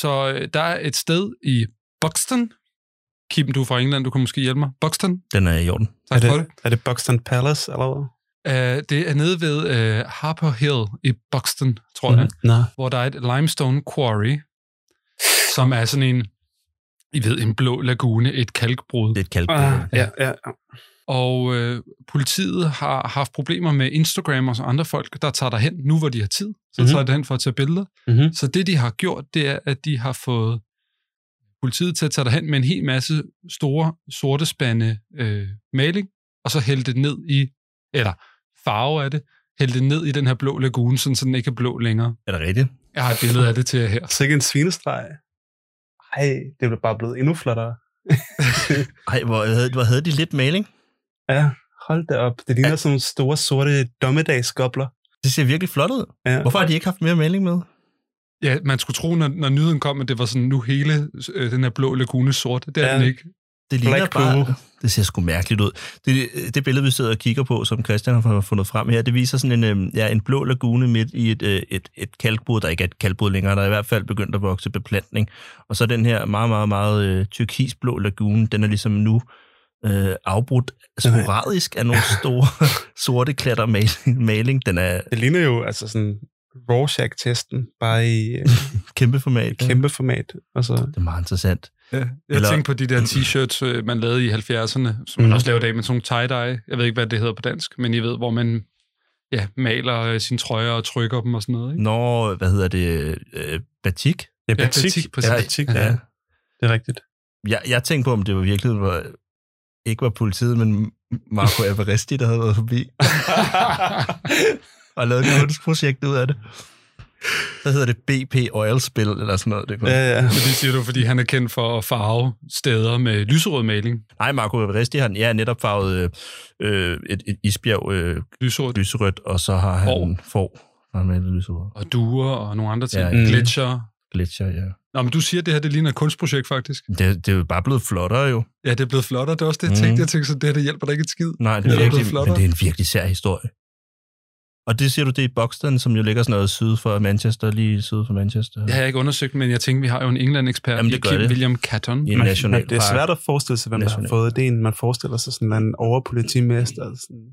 Så øh, der er et sted i Buxton. Kim, du er fra England, du kan måske hjælpe mig. Buxton,
Den er i orden.
Er
tak for det.
det, er det Buxton Palace, eller hvad?
Uh, det er nede ved uh, Harper Hill i Buxton, tror jeg,
Nej.
hvor der er et limestone quarry, som er sådan en, I ved, en blå lagune, et kalkbrud.
Det er et kalk.
Ah, ja, ja.
Og øh, politiet har haft problemer med Instagram og så andre folk, der tager derhen, nu hvor de har tid, så
Mhm.
mm-hmm. tager de hen for at tage billeder.
Mhm.
Så det, de har gjort, det er, at de har fået politiet til at tage derhen med en hel masse store sorte spande øh, maling, og så hælde det ned i, eller farve af det, hælde det ned i den her blå lagune, sådan, så den ikke er blå længere.
Er det rigtigt?
Jeg har et billede af det til jer her.
Så ikke en svinestreg. Ej, det blev bare blevet endnu flottere.
Ej, hvor havde, hvor havde de lidt maling?
Ja, hold da op. Det ligner ja. sådan nogle store, sorte dommedagsgobler.
Det ser virkelig flot ud.
Ja.
Hvorfor har de ikke haft mere maling med?
Ja, man skulle tro, når, når nyheden kom, at det var sådan, nu hele øh, den her blå lagune sort. Det er
Ja.
ja. den ikke.
Det ligner
Black
bare...
Pool.
Det ser sgu mærkeligt ud. Det, det billede, vi sidder og kigger på, som Christian har fundet frem her, det viser sådan en, øhm, ja, en blå lagune midt i et, øh, et, et kalkbrud, der ikke er et kalkbrud længere, der er i hvert fald begyndt at vokse beplantning. Og så den her meget, meget, meget øh, turkisblå lagune, den er ligesom nu øh, afbrudt sporadisk af nogle store sorte klatter maling. maling. Den er
Det ligner jo altså sådan Rorschach-testen, bare i øh,
kæmpe format.
kæmpe format. Altså,
Det er meget interessant.
Ja, jeg
Eller-
Eller... tænkte på de der t-shirts, øh, man lavede i 70'erne, som man
Mhm.
også laver i dag med sådan nogle tie-dye. Jeg ved ikke, hvad det hedder på dansk, men I ved, hvor man ja, maler øh, sine trøjer og trykker dem og sådan
Mm,
noget. Ikke?
Når, hvad hedder det, øh, batik?
ja,
batik, præcis.
Ja,
Ja,
batik,
ja.
ja. Det er rigtigt.
Jeg, jeg tænkte på, om det var virkelig var, ikke var politiet, men Marco Averesti, der havde været forbi og lavet et kunstprojekt ud af det. Så hedder det BP Oil Spill, eller sådan noget. Det kunne.
ja, ja.
Fordi siger du, fordi han er kendt for at farve steder med lyserød maling.
Nej, Marco Averesti har ja, netop farvet øh, øh, et, et isbjerg øh,
Lyserød
lyserødt, og så har han får. Han har malet lyserødt.
og duer og nogle andre ting.
Ja,
Ja,
ja.
Glitcher.
Glitcher, ja.
Nå, men du siger, at det her det ligner et kunstprojekt, faktisk.
Det, det er jo bare blevet flottere, jo.
Ja, det er blevet flottere. Det er også det, jeg
Mhm.
tænkte. Jeg tænkte, så det her det hjælper dig ikke et skid.
Nej, det
Det er
er, virkelig,
blevet
men
flottere.
det er en virkelig sær historie. Og det siger du, det er i Buxton, som jo ligger sådan noget syd for Manchester, lige syd for Manchester.
Det har jeg ikke undersøgt, men jeg tænkte, vi har jo en England-ekspert,
Jamen, det
i
gør
Kim
det.
William Catton.
I en
Man-
nationalpark.
Det er svært at forestille sig, hvem der har
National-
fået det. Man forestiller sig sådan en eller anden overpolitimester. og Sådan,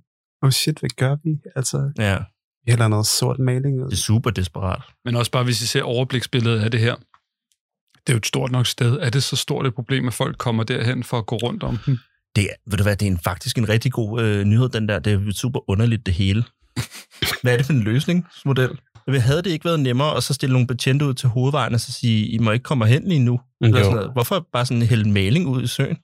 oh shit, hvad gør vi? Altså,
Ja,
vi hælder noget sort maling. ud.
det er super desperat.
Men også bare, hvis I ser overbliksbilledet af det her. Det er jo et stort nok sted. Er det så stort et problem, at folk kommer derhen for at gå rundt om den?
Det er, ved du hvad, det er en, faktisk en rigtig god øh, nyhed, den der. Det er super underligt, det hele. hvad er det for en løsningsmodel? Men havde det ikke været nemmere at så stille nogle betjente ud til hovedvejen og så sige, I må ikke komme hen lige nu? Eller
Jo.
sådan noget. Hvorfor bare sådan hælde maling ud i søen?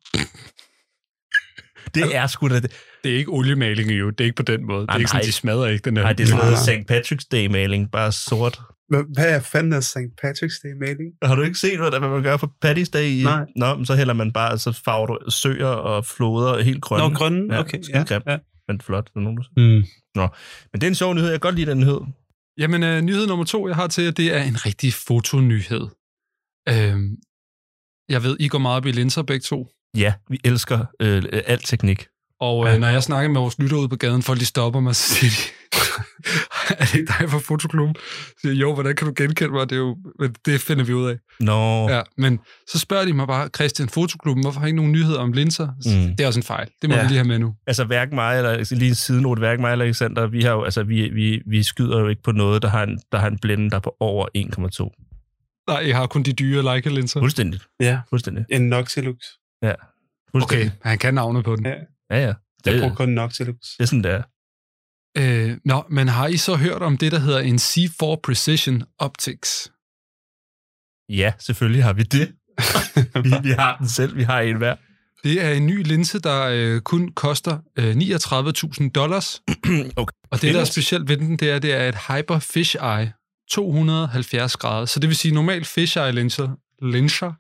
det er sgu da... Det.
Det er ikke oliemaling jo. Det er ikke på den måde. det
Ah,
er ikke sådan,
nej.
de smadrer ikke den her.
Nej, det er sådan
Nej,
noget
nej.
St. Patrick's Day-maling, bare sort.
Hvad, hvad er fanden er St. Patrick's Day maling?
Har du ikke set, hvad, der- hvad man gør på Paddy's Day? I?
Nej.
Nå, men så hælder man bare, så farver du søer og floder helt grønne.
Nå, grønne.
Ja,
Okay, ja.
skidegrim.
ja.
Men flot, er der nogen, der
Mm.
Men det er en sjov nyhed. Jeg kan godt lide den nyhed.
Jamen, øh, nyhed nummer to, jeg har til jer, det er en rigtig fotonyhed. Øhm, jeg ved, I går meget op i linser begge to,
Ja, vi elsker øh, øh, al teknik.
og øh,
Ja.
når jeg snakker med vores lytter ude på gaden, folk de stopper mig, så siger de, er det ikke dig fra fotoklubben? Så siger jeg, jo, hvordan kan du genkende mig? Det, er jo, men det finder vi ud af.
Nå, ja.
Ja, men så spørger de mig bare, Christian, fotoklubben, hvorfor har I ikke nogen nyheder om linser? Mm.
Mm.
Det er også en fejl. Det må ja.
Ja.
vi lige have med nu.
altså hverken mig, eller altså, lige en sidenote, hverken mig eller Alexander, vi, har jo, altså, vi, vi, vi skyder jo ikke på noget, der har en, der har en blænde, der er på over 1,2.
Nej, jeg har kun de dyre Leica-linser.
Fuldstændigt.
Ja,
Fuldstændigt.
en Noxilux.
Okay,
Fuldstændigt.
han kan navne på den.
Ja.
Ja, ja. Det,
Jeg bruger kun Noxilux.
det er sådan, det er.
Øh, nå, men har I så hørt om det, der hedder en C4 Precision Optics?
Ja, selvfølgelig har vi det. vi, vi har den selv, vi har en hver.
Det er en ny linse, der øh, kun koster øh, 39.000 dollars.
Okay.
Og det, der er
Ellers-
specielt ved den, det er, det er et hyper fisheye 270 grader. Så det vil sige, normalt fisheye linser, linser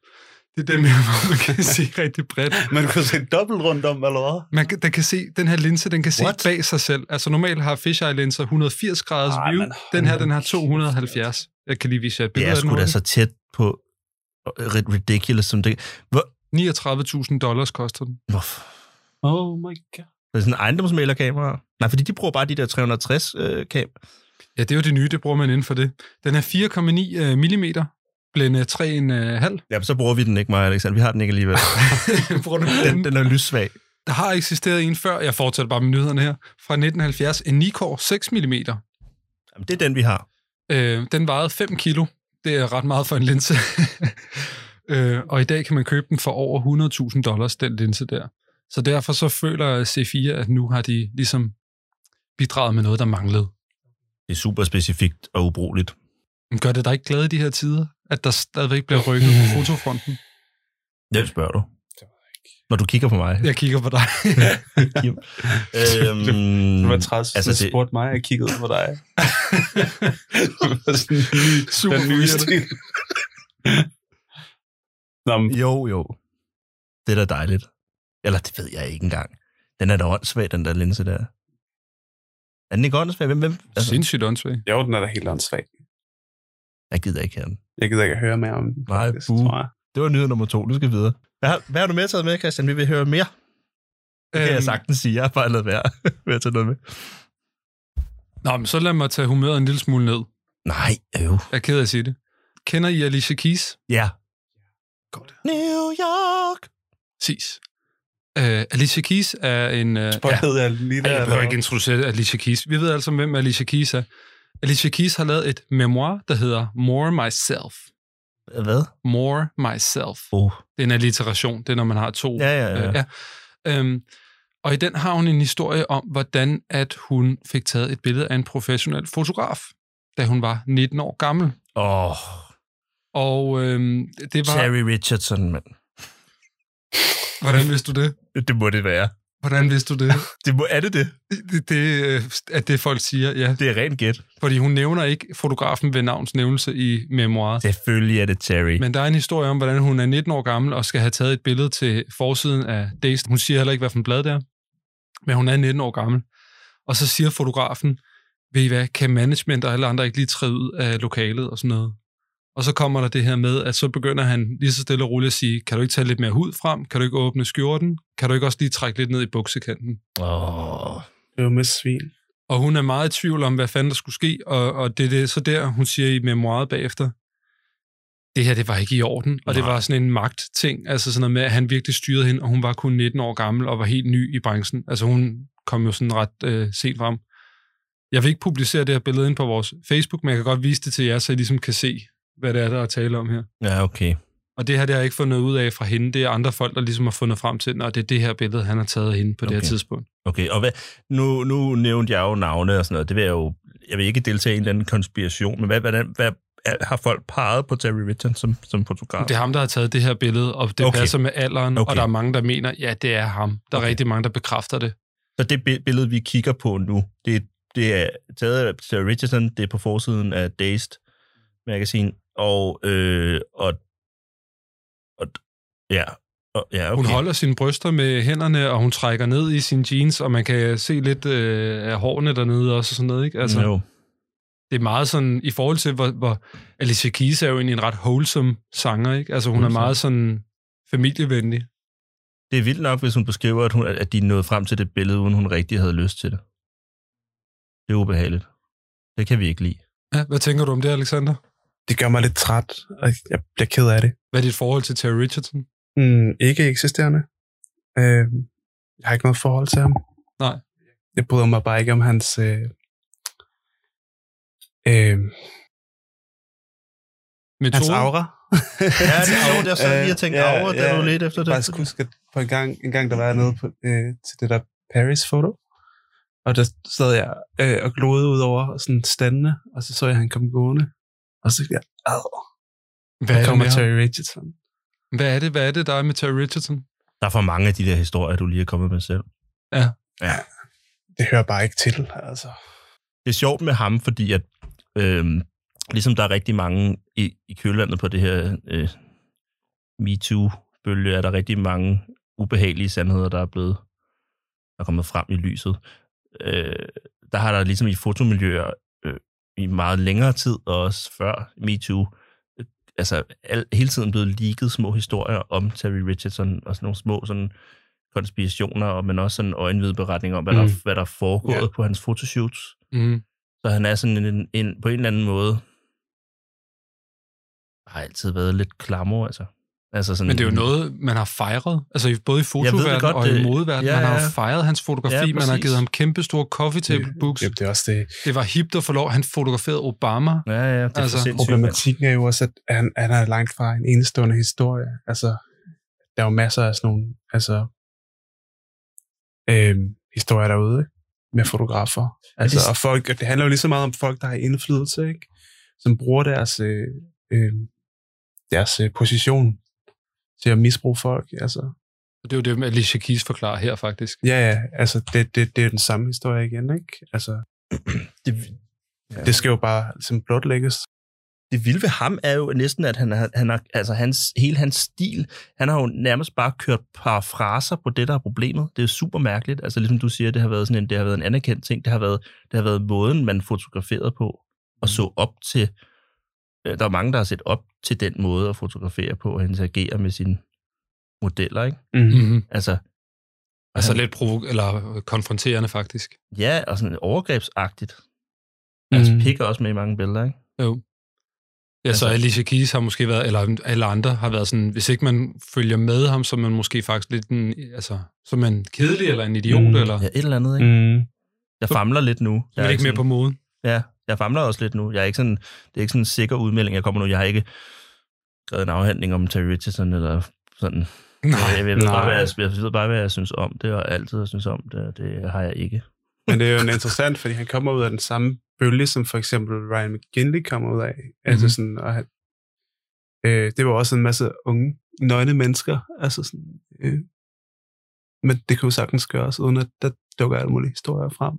det er dem, her, hvor man kan se rigtig bredt.
Man kunne se dobbelt rundt om, eller hvad?
Man kan, den kan se, den her linse, den kan se
What?
bag sig selv. Altså normalt har fisheye linser 180 graders
Ej,
view.
men
Den her, den har
hold kæft,
270. Jeg kan lige vise jer et
Det
billede af
er
den.
sgu da
hurtigt.
så tæt på rid- ridiculous, som det... Hvor,
39.000 dollars koster den.
hvorfor?
Oh my god.
Det er sådan en ejendomsmalerkamera. Nej, fordi de bruger bare de der 360 øh, kam.
Ja, det er jo det nye, det bruger man inden for det. Den er 4,9 mm, blænde 3,5.
Ja, men så bruger vi den ikke, mig Alexander. Vi har den ikke alligevel.
Bruger du
den,
den,
den er lyssvag.
Der har eksisteret en før, jeg fortsætter bare med nyhederne her, fra 1970, en Nikkor 6 mm.
Jamen, det er den, vi har.
Øh, den vejede 5 kilo. Det er ret meget for en linse. øh, og i dag kan man købe den for over 100.000 dollars, den linse der. Så derfor så føler C4, at nu har de ligesom bidraget med noget, der manglede.
Det er super specifikt og ubrugeligt.
Men gør det dig ikke glad i de her tider, at der stadigvæk bliver rykket på fotofronten?
Hvem spørger du? Når du kigger på mig.
Jeg kigger på dig.
Kim. øhm,
Det var træls.
altså,
Altså, det...
det-
spurgte mig, og jeg kiggede på dig. Det var sådan en ny-
Super
den nye
forvirrende.
stil. Nå, men,
jo, jo. Det er da dejligt. Eller det ved jeg ikke engang. Den er da åndssvag, den der linse der. Er den ikke åndssvag? Hvem, hvem? Altså,
Sindssygt åndssvagt.
jo, den er da helt åndssvag.
jeg gider ikke have den.
Jeg gider ikke at høre mere om den.
Nej,
faktisk,
buh.
tror jeg.
Det var nyhed nummer to. Du skal videre. Hvad har, hvad har du med taget med, Christian? Vi vil høre mere. Det kan jeg
Øhm,
sagtens sige. Jeg har bare lavet værd med at tage noget med.
Nå, men så lad mig tage humøret en lille smule ned.
Nej, øv.
Jeg er ked af at sige det. Kender I Alicia Keys?
Ja. Godt. New York.
Præcis. Uh, Alicia Keys er en... Uh,
Hvor hed jeg lige der?
Ej, jeg behøver
eller
ikke introducere Alicia Keys. Vi ved altså, hvem Alicia Keys er. Alicia Keys har lavet et memoir, der hedder More Myself.
Hvad?
More Myself.
Oh.
Det er en alliteration. Det er, når man har to.
Ja, ja, ja.
Øh, ja. Øhm, og i den har hun en historie om, hvordan at hun fik taget et billede af en professionel fotograf, da hun var 19 år gammel.
Åh, oh,
Og øhm, det var...
Terry Richardson, mand.
Hvordan vidste du det?
Det må det være.
Hvordan vidste du det?
Det må, er det det?
det, det øh, at det folk siger, ja.
Det er rent gæt.
Fordi hun nævner ikke fotografen ved navns nævnelse i memoiret.
Selvfølgelig er det Terry. Men,
Men der er en historie om, hvordan hun er 19 år gammel og skal have taget et billede til forsiden af Days. Hun siger heller ikke, hvad for en blad det er. Men hun er 19 år gammel. Og så siger fotografen, ved I hvad, kan management og alle andre ikke lige træde ud af lokalet og sådan noget? Og så kommer der det her med, at så begynder han lige så stille og roligt at sige, kan du ikke tage lidt mere hud frem? Kan du ikke åbne skjorten? Kan du ikke også lige trække lidt ned i buksekanten?
oh.
Det var med svin.
Og hun er meget i tvivl om, hvad fanden der skulle ske, og, og det er det, så der, hun siger i memoiret bagefter, det her, det var ikke i orden, og Nej. det
Nej.
var sådan en magtting, altså sådan noget med, at han virkelig styrede hende, og hun var kun 19 år gammel og var helt ny i branchen. Altså hun kom jo sådan ret øh, sent frem. Jeg vil ikke publicere det her billede ind på vores Facebook, men jeg kan godt vise det til jer, så I ligesom kan se, hvad det er, der er tale om her.
Ja, okay.
Og det her, det har jeg ikke fundet ud af fra hende. Det er andre folk, der ligesom har fundet frem til, og det er det her billede, han har taget af hende på okay. det her
Okay.
tidspunkt.
Okay, og hvad, nu, nu nævnte jeg jo navne og sådan noget. Det vil jeg jo... Jeg vil ikke deltage i en eller anden konspiration, men hvad, hvordan, hvad er- har folk peget på Terry Richardson som, som fotograf?
Det er ham, der har taget det her billede, og det okay.
Okay.
passer med alderen, okay. og
Okay.
der er mange, der mener, ja, det er ham. Der er okay.
Okay.
rigtig mange, der bekræfter det.
Så det bi- billede, vi kigger på nu, det, det er taget af Terry Richardson, det er på forsiden af Dazed. Magazine, og, øh, og, og, ja, og, ja, okay.
Hun holder sine bryster med hænderne, og hun trækker ned i sine jeans, og man kan se lidt øh, af hårene dernede også og sådan noget, ikke? Altså,
Jo.
det er meget sådan, i forhold til, hvor, hvor Alicia Keys er jo egentlig en ret wholesome sanger, ikke? Altså, hun
Wholesome.
er meget sådan familievenlig.
Det er vildt nok, hvis hun beskriver, at, hun, at de nåede frem til det billede, uden hun rigtig havde lyst til det. Det er ubehageligt. Det kan vi ikke lide.
Ja, hvad tænker du om det, Alexander?
Det gør mig lidt træt, og jeg bliver ked af det.
Hvad er dit forhold til Terry Richardson?
Mm, ikke eksisterende. Øh, jeg har ikke noget forhold til ham.
Nej.
Jeg bryder mig bare ikke om hans... Øh, øh, hans
Metode?
aura.
Ja, det er sjovt. Jeg sad lige og tænkte,
Øh,
øh, ja, da
ja,
du lidt efter
Jeg
det.
kan faktisk huske, at på en gang, en gang der var jeg nede på, øh, til det der Paris-foto, og der sad jeg øh, og glodede ud over sådan standene, og så så jeg, at han kom gående, og så tænkte jeg, ad,
Hvad er, det
kommer
med ham?
Terry Richardson.
hvad er det, hvad er det, der er med Terry Richardson?
Der er for mange af de der historier, du lige er kommet med selv.
Det hører bare ikke til, altså.
Det er sjovt med ham, fordi at, øh, ligesom der er rigtig mange i, i kølvandet på det her øh, MeToo-bølge, er der rigtig mange ubehagelige sandheder, der er blevet der er kommet frem i lyset. Øh, der har der ligesom i fotomiljøer øh, i meget længere tid, og også før MeToo, øh, altså al, hele tiden blevet leaget små historier om Terry Richardson, og sådan nogle små sådan konspirationer, og men også sådan øjenvidberetninger om, hvad, mm. der,
Mm.
hvad der er foregået
Ja.
yeah. på hans fotoshoots.
Mm.
Så han er sådan en, en, en, på en eller anden måde, har altid været lidt klammer, altså. altså sådan,
Men det er jo noget, man har fejret. Altså i- både i fotoverdenen
godt,
og i
det-
modeverdenen.
ja,
Ja, man har
ja.
jo fejret hans fotografi.
Ja,
Ja, man har
præcis.
givet ham kæmpe store coffee table books.
Jamen, det er også det.
Det var hipt at få lov. Han fotograferede Obama.
Ja, ja, det er altså,
Altså,
for sindssygt. mand.
Problematikken er jo også, at han, han er langt fra en enestående historie. Altså, der er jo masser af sådan nogle altså, øh, historier derude ikke? med fotografer. Altså,
det-
og folk, og det handler jo lige så meget om folk, der har indflydelse, ikke? som bruger deres, øh, øh, deres øh, position til at misbruge folk. Altså,
Og det er jo det, Alicia Keys forklarer her faktisk.
ja, ja, altså det, det, det er den samme historie igen, ikke? Altså,
Det,
ja. det skal jo bare ligesom, blotlægges.
det vilde ved ham er jo næsten, at han, har- han har, altså hans, hele hans stil, han har jo nærmest bare kørt par fraser på det, der er problemet. Det er super mærkeligt. Altså ligesom du siger, det har været sådan en, det har været en anerkendt ting. Det har været, det har været måden, man fotograferede på og så Mm. op til. Øh, Der er mange, der har set op til den måde at fotografere på og interagere med sine modeller, ikke?
Mm-hmm.
Altså,
Altså
han-
lidt provo- eller øh, konfronterende faktisk.
ja, og sådan overgrebsagtigt.
Mm.
Altså,
Mhm.
pikker også med i mange billeder, ikke?
Ja, så
Altså-
Alicia Keys har måske været, eller alle andre har været sådan, hvis ikke man følger med ham, så er man måske faktisk lidt en, altså, så er man kedelig eller en idiot,
Mm,
mm, eller
Mhm. Ja,
ja.
et eller andet, ikke?
Mm.
Jeg famler lidt nu.
så er man ikke mere på moden.
Ja, jeg famler også lidt nu. Jeg er ikke sådan, det er ikke sådan en sikker udmelding, jeg kommer nu. Jeg har ikke skrevet en afhandling om Terry Richardson, eller sådan.
Nej,
jeg, ved bare,
nej.
hvad jeg, jeg ved bare, hvad jeg synes om det, og altid har synes om det, og det har jeg ikke.
Men det er jo en interessant, fordi han kommer ud af den samme bølge, som for eksempel Ryan McGinley kommer ud af. Altså
Mhm.
sådan, og han, øh, det var også en masse unge, nøgne mennesker. Altså sådan, øh, men det kunne sagtens gøres, uden at der dukker alle mulige historier frem.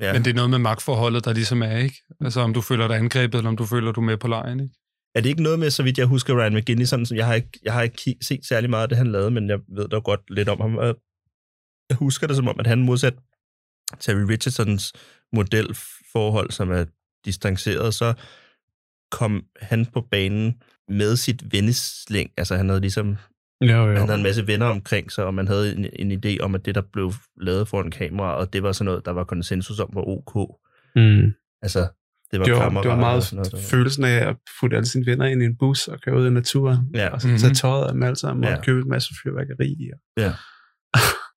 Ja.
men det er noget med magtforholdet, der ligesom er, ikke? Altså om du føler dig angrebet, eller om du føler, du er med på lejen, ikke?
Er det ikke noget med, så vidt jeg husker, Ryan McGinley, sådan som jeg har ikke, jeg har ikke ki- set særlig meget af det, han lavede, men jeg ved da godt lidt om ham. og Jeg husker det som om, at han modsat Terry Richardsons modelforhold, som er distanceret, så kom han på banen med sit venneslæng. Altså han havde ligesom
Jo,
han havde en masse venner omkring sig, og man havde en, en idé om, at det, der blev lavet foran kamera, og det var sådan noget, der var konsensus om, var ok.
Mm.
Altså, det var,
Det, var, det
kammerater
var
og
meget
sådan noget, der var-
følelsen af at putte alle sine venner ind i en bus og køre ud i naturen.
Ja.
Og så tage
Mhm.
tøjet af dem alle sammen
Ja.
og købe en masse fyrværkeri. Og,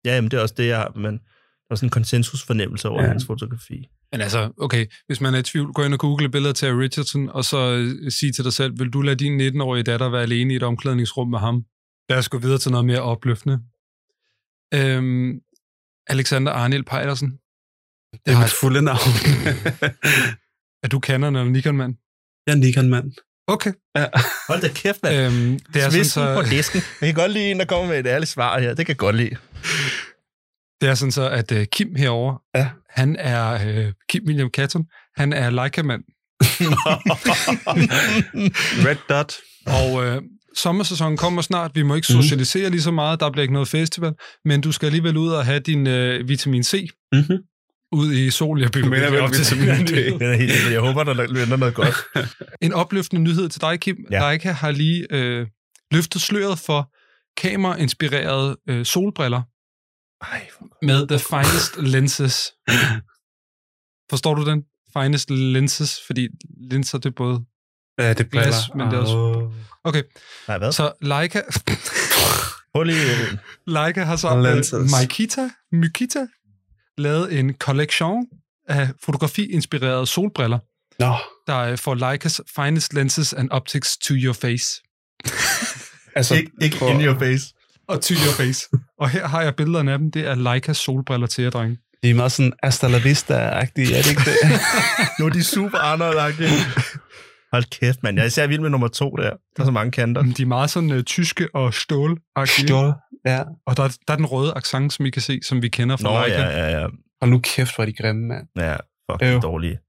Ja, jamen, det er også det, jeg har, men der er sådan en konsensusfornemmelse over ja.
Ja.
hans fotografi.
Men altså, okay, hvis man er i tvivl, gå ind og google billeder til Richardson, og så øh, sig til dig selv, vil du lade din 19-årige datter være alene i et omklædningsrum med ham? Lad os gå videre til noget mere opløftende. Øhm, Alexander Arnild Pejdersen,
det er
har
mit fulde navn.
er du kanderen eller nikonmand?
jeg er Nikon mand.
Okay.
Hold da kæft, mand.
Øhm, det er, sådan,
Svisten
så,
på disken. Jeg kan godt lide en, der kommer med et ærligt svar her. Det kan jeg godt lide.
det er sådan så, at uh, Kim herover,
Ja.
øh, han er, uh, Kim William Catton, han er Leica-mand.
Red Dot.
Og øh, sommersæsonen kommer snart. Vi må ikke
Mhm.
socialisere lige så meget. Der bliver ikke noget festival. Men du skal alligevel ud og have din øh, vitamin C
Mhm.
ud i sol. Jeg bygger
Du mener
virkelig
vel vitamin D?
nyhed.
Den er helt, jeg håber, der lønner noget godt.
En opløftende nyhed til dig, Kim. Ja.
Ja.
Leica har lige øh, løftet sløret for kamerainspirerede øh, solbriller
Ej, for
med the finest lenses. Forstår du den? Finest lenses, fordi linser det er både...
Ja, det
Glas,
glas,
men det er også- Okay,
Nej, hvad? Så,
så Leica,
Prøv lige... øh,
Leica har så
Lenses.
uh, Mykita, Mykita lavet en kollektion af fotografi-inspirerede solbriller,
Nå,
der øh, får Leicas finest lenses and optics to your face.
altså...
Ikke, ikke in your face.
Og to your face. Og her har jeg billederne af dem. Det er Leicas solbriller til jer, drenge.
Det er meget sådan Asta La Vista-agtigt, er det ikke det?
Jo, de er super anderlagtige. Hold kæft, mand. Jeg er især vild med nummer to der. Der er så mange kanter.
De er meget sådan uh, tyske og stål
Stjål. Ja.
Og der, er- der er den røde accent, som I kan se, som vi kender fra
Nå,
Leica.
ja, ja, ja.
Og nu kæft, hvor er de grimme, mand.
Ja, fucking
Øv.
dårlige.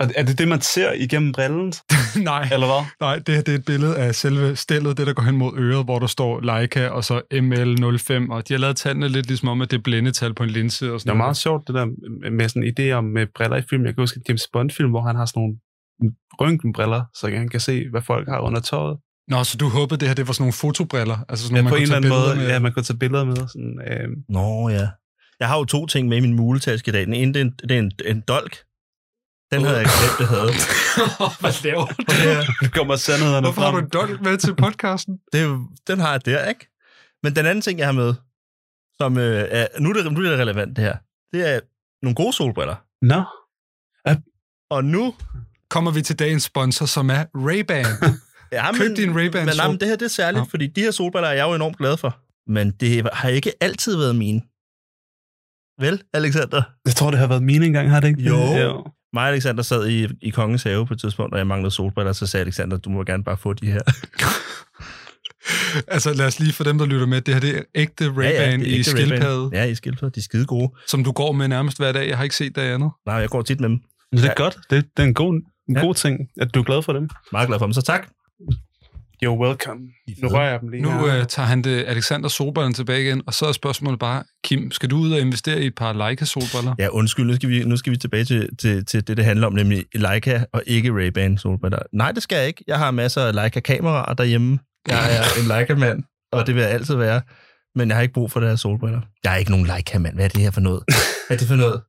Og er det det, man ser igennem brillen,
Nej,
eller hvad?
nej, det her det er et billede af selve stillet, det der går hen mod øret, hvor der står Leica og så ML05, og de har lavet tallene lidt ligesom om, at det er blændetal på en linse og
Det
sådan
var
noget.
meget sjovt, det der med- med sådan idéer med briller i film. Jeg kan huske en James Bond-film, hvor han har sådan nogle røntgenbriller, så han kan se, hvad folk har under tøjet.
Nå, så du håbede, det her det var sådan nogle fotobriller? Altså sådan
Ja,
nogle,
på en
man
eller
kunne tage
anden måde,
billeder
med. ja,
med.
man kunne tage billeder med. Sådan, øh,
Nå, ja. Jeg har jo to ting med i min muletaske i dag. Den ene, det er en, det er en, en dolk. Den havde jeg glemt, det havde.
Hvad laver du?
nu kommer sandhederne
Hvorfor har du en dolk med til podcasten?
det, den har jeg der, ikke? Men den anden ting, jeg har med, som øh, er, nu, er det, nu er det relevant det her, det er nogle gode solbriller.
Nå,
Og nu...
Kommer vi til dagens sponsor, som er Ray-Ban.
Ja,
Køb din Ray-Ban
men, nej,
sol.
men det her det er særligt,
Nå.
fordi de her solbriller er jeg jo enormt glad for. Men det har ikke altid været mine. Vel, Alexander?
jeg tror, det har været mine engang, har det ikke?
Jo.
Ja.
Mig og Alexander sad i, i Kongens Have på et tidspunkt, og jeg manglede solbriller, så sagde Alexander, du må gerne bare få de her.
altså lad os lige for dem, der lytter med, det her det er ægte Ray-Ban
det er
ja, ja, i
ægte Ray-Ban.
skildpadde, ja.
Ja, i skildpadde. De er skide gode.
som du går med nærmest hver dag. Jeg har ikke set det andet.
Nej, jeg går tit med dem.
Men det er godt. Det, det er en god, en
Ja.
god ting, at du er glad for dem.
Meget glad for dem, så tak.
You're welcome.
De er
Nu
fede.
rører jeg dem lige.
Nu
her.
øh, tager han det Alexander solbrillerne tilbage igen, og så er spørgsmålet bare, Kim, skal du ud og investere i et par Leica-solbriller? Ja.
Ja, undskyld, nu skal vi, nu skal vi tilbage til, til, til det, det handler om, nemlig Leica og ikke Ray-Ban solbriller. Nej, det skal jeg ikke. Jeg har masser af Leica-kameraer derhjemme. Jeg er en Leica-mand, og det vil jeg altid være. Men jeg har ikke brug for det her solbriller. Jeg er ikke nogen Leica-mand. Hvad er det her for noget? Hvad er det for noget?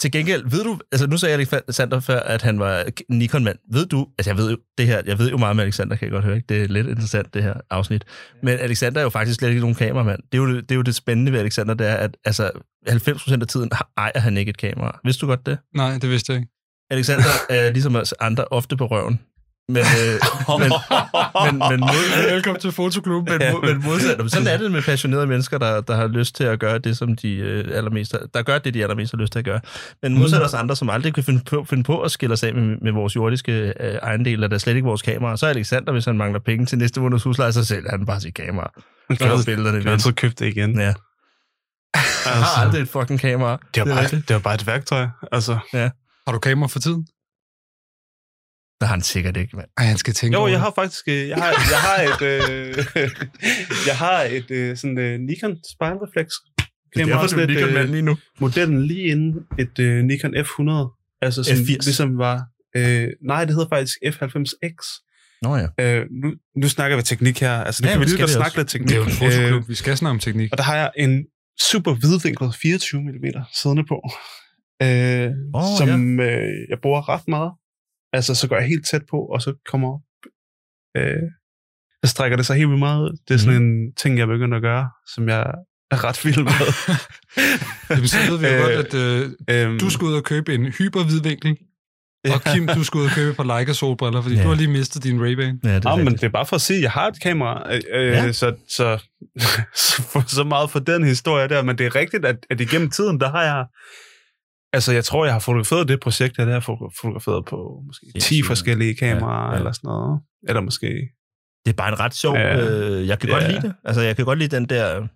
Til gengæld, ved du, altså nu sagde Alexander før, at han var Nikon-mand. Ved du, altså jeg ved jo det her, jeg ved jo meget med Alexander, kan jeg godt høre, ikke? Det er lidt interessant, det her afsnit. Men Alexander er jo faktisk slet ikke nogen kameramand. Det er jo det, det, er jo det spændende ved Alexander, det er, at altså, 90% af tiden ejer han ikke et kamera. Vidste du godt det?
Nej, det vidste jeg ikke.
Alexander er ligesom os andre ofte på røven. Men, øh, men, men, men, mod,
Velkommen til Fotoklubben.
men, mod, men modsat. Jamen, Sådan er det med passionerede mennesker, der, der har lyst til at gøre det, som de øh, allermest har, der gør det, de allermest har lyst til at gøre. Men modsat os andre, som aldrig kan finde på, finde på at skille os af med, med vores jordiske øh, ejendel, eller der er slet ikke vores kamera. Så er Alexander, hvis han mangler penge til næste måneds husleje, så sælger han bare sit kamera.
Jeg
Så er
kan
billederne
jeg
ved.
altid købe det igen. Altså,
Ja. Jeg har aldrig et fucking kamera.
det, var
er
bare,
rigtigt.
det var bare et værktøj. Altså,
Har du kamera for tiden?
Det har han sikkert ikke, mand.
Ej, han skal tænke
Jo,
over
jeg
det.
har faktisk, øh, jeg har, jeg har et, øh, jeg har et øh, sådan øh, Nikon spejlrefleks.
Det er derfor, du er en Nikon-mand lige nu.
øh, modellen lige inden et øh, Nikon F100, altså som
F80.
ligesom var, øh, nej, det hedder faktisk F90X.
Nå ja.
Øh, nu, nu snakker vi teknik her, altså nu
Ja,
kan vi
men
lige
skal
godt
vi
snakke
også.
lidt teknik.
Det er jo en fotoklub.
Øh,
Vi skal snakke om teknik.
og der har jeg en super hvidvinklet 24 mm siddende på, øh,
Åh,
oh, som ja. øh, jeg bruger ret meget. Altså, så går jeg helt tæt på, og så kommer... Øh, så strækker det sig helt vildt meget ud. Det er sådan mm. en ting, jeg begynder at gøre, som jeg er ret vild med.
Jamen, så ved vi jo
Øh,
godt, at øh,
øhm,
du skal ud og købe en hyperhvidvinkel, og Kim, du skal ud og købe et par Leica-solbriller, fordi
Ja.
du har lige mistet din Ray-Ban.
ja det er
Ja, men
rigtigt.
det er bare for at sige, at jeg har et kamera, øh,
Ja.
ja. så, så, så, for, så meget for den historie der, men det er rigtigt, at, at igennem tiden, der har jeg, altså jeg tror, jeg har fotograferet det projekt her, det har jeg foto- fotograferet på måske 10
Sindssygt.
forskellige kameraer,
Ja,
ja,
ja.
ja. eller sådan noget, eller måske,
det er bare en ret sjov...
Ja.
Øh, jeg kan godt
Ja.
lide det. Altså, jeg kan godt lide den der...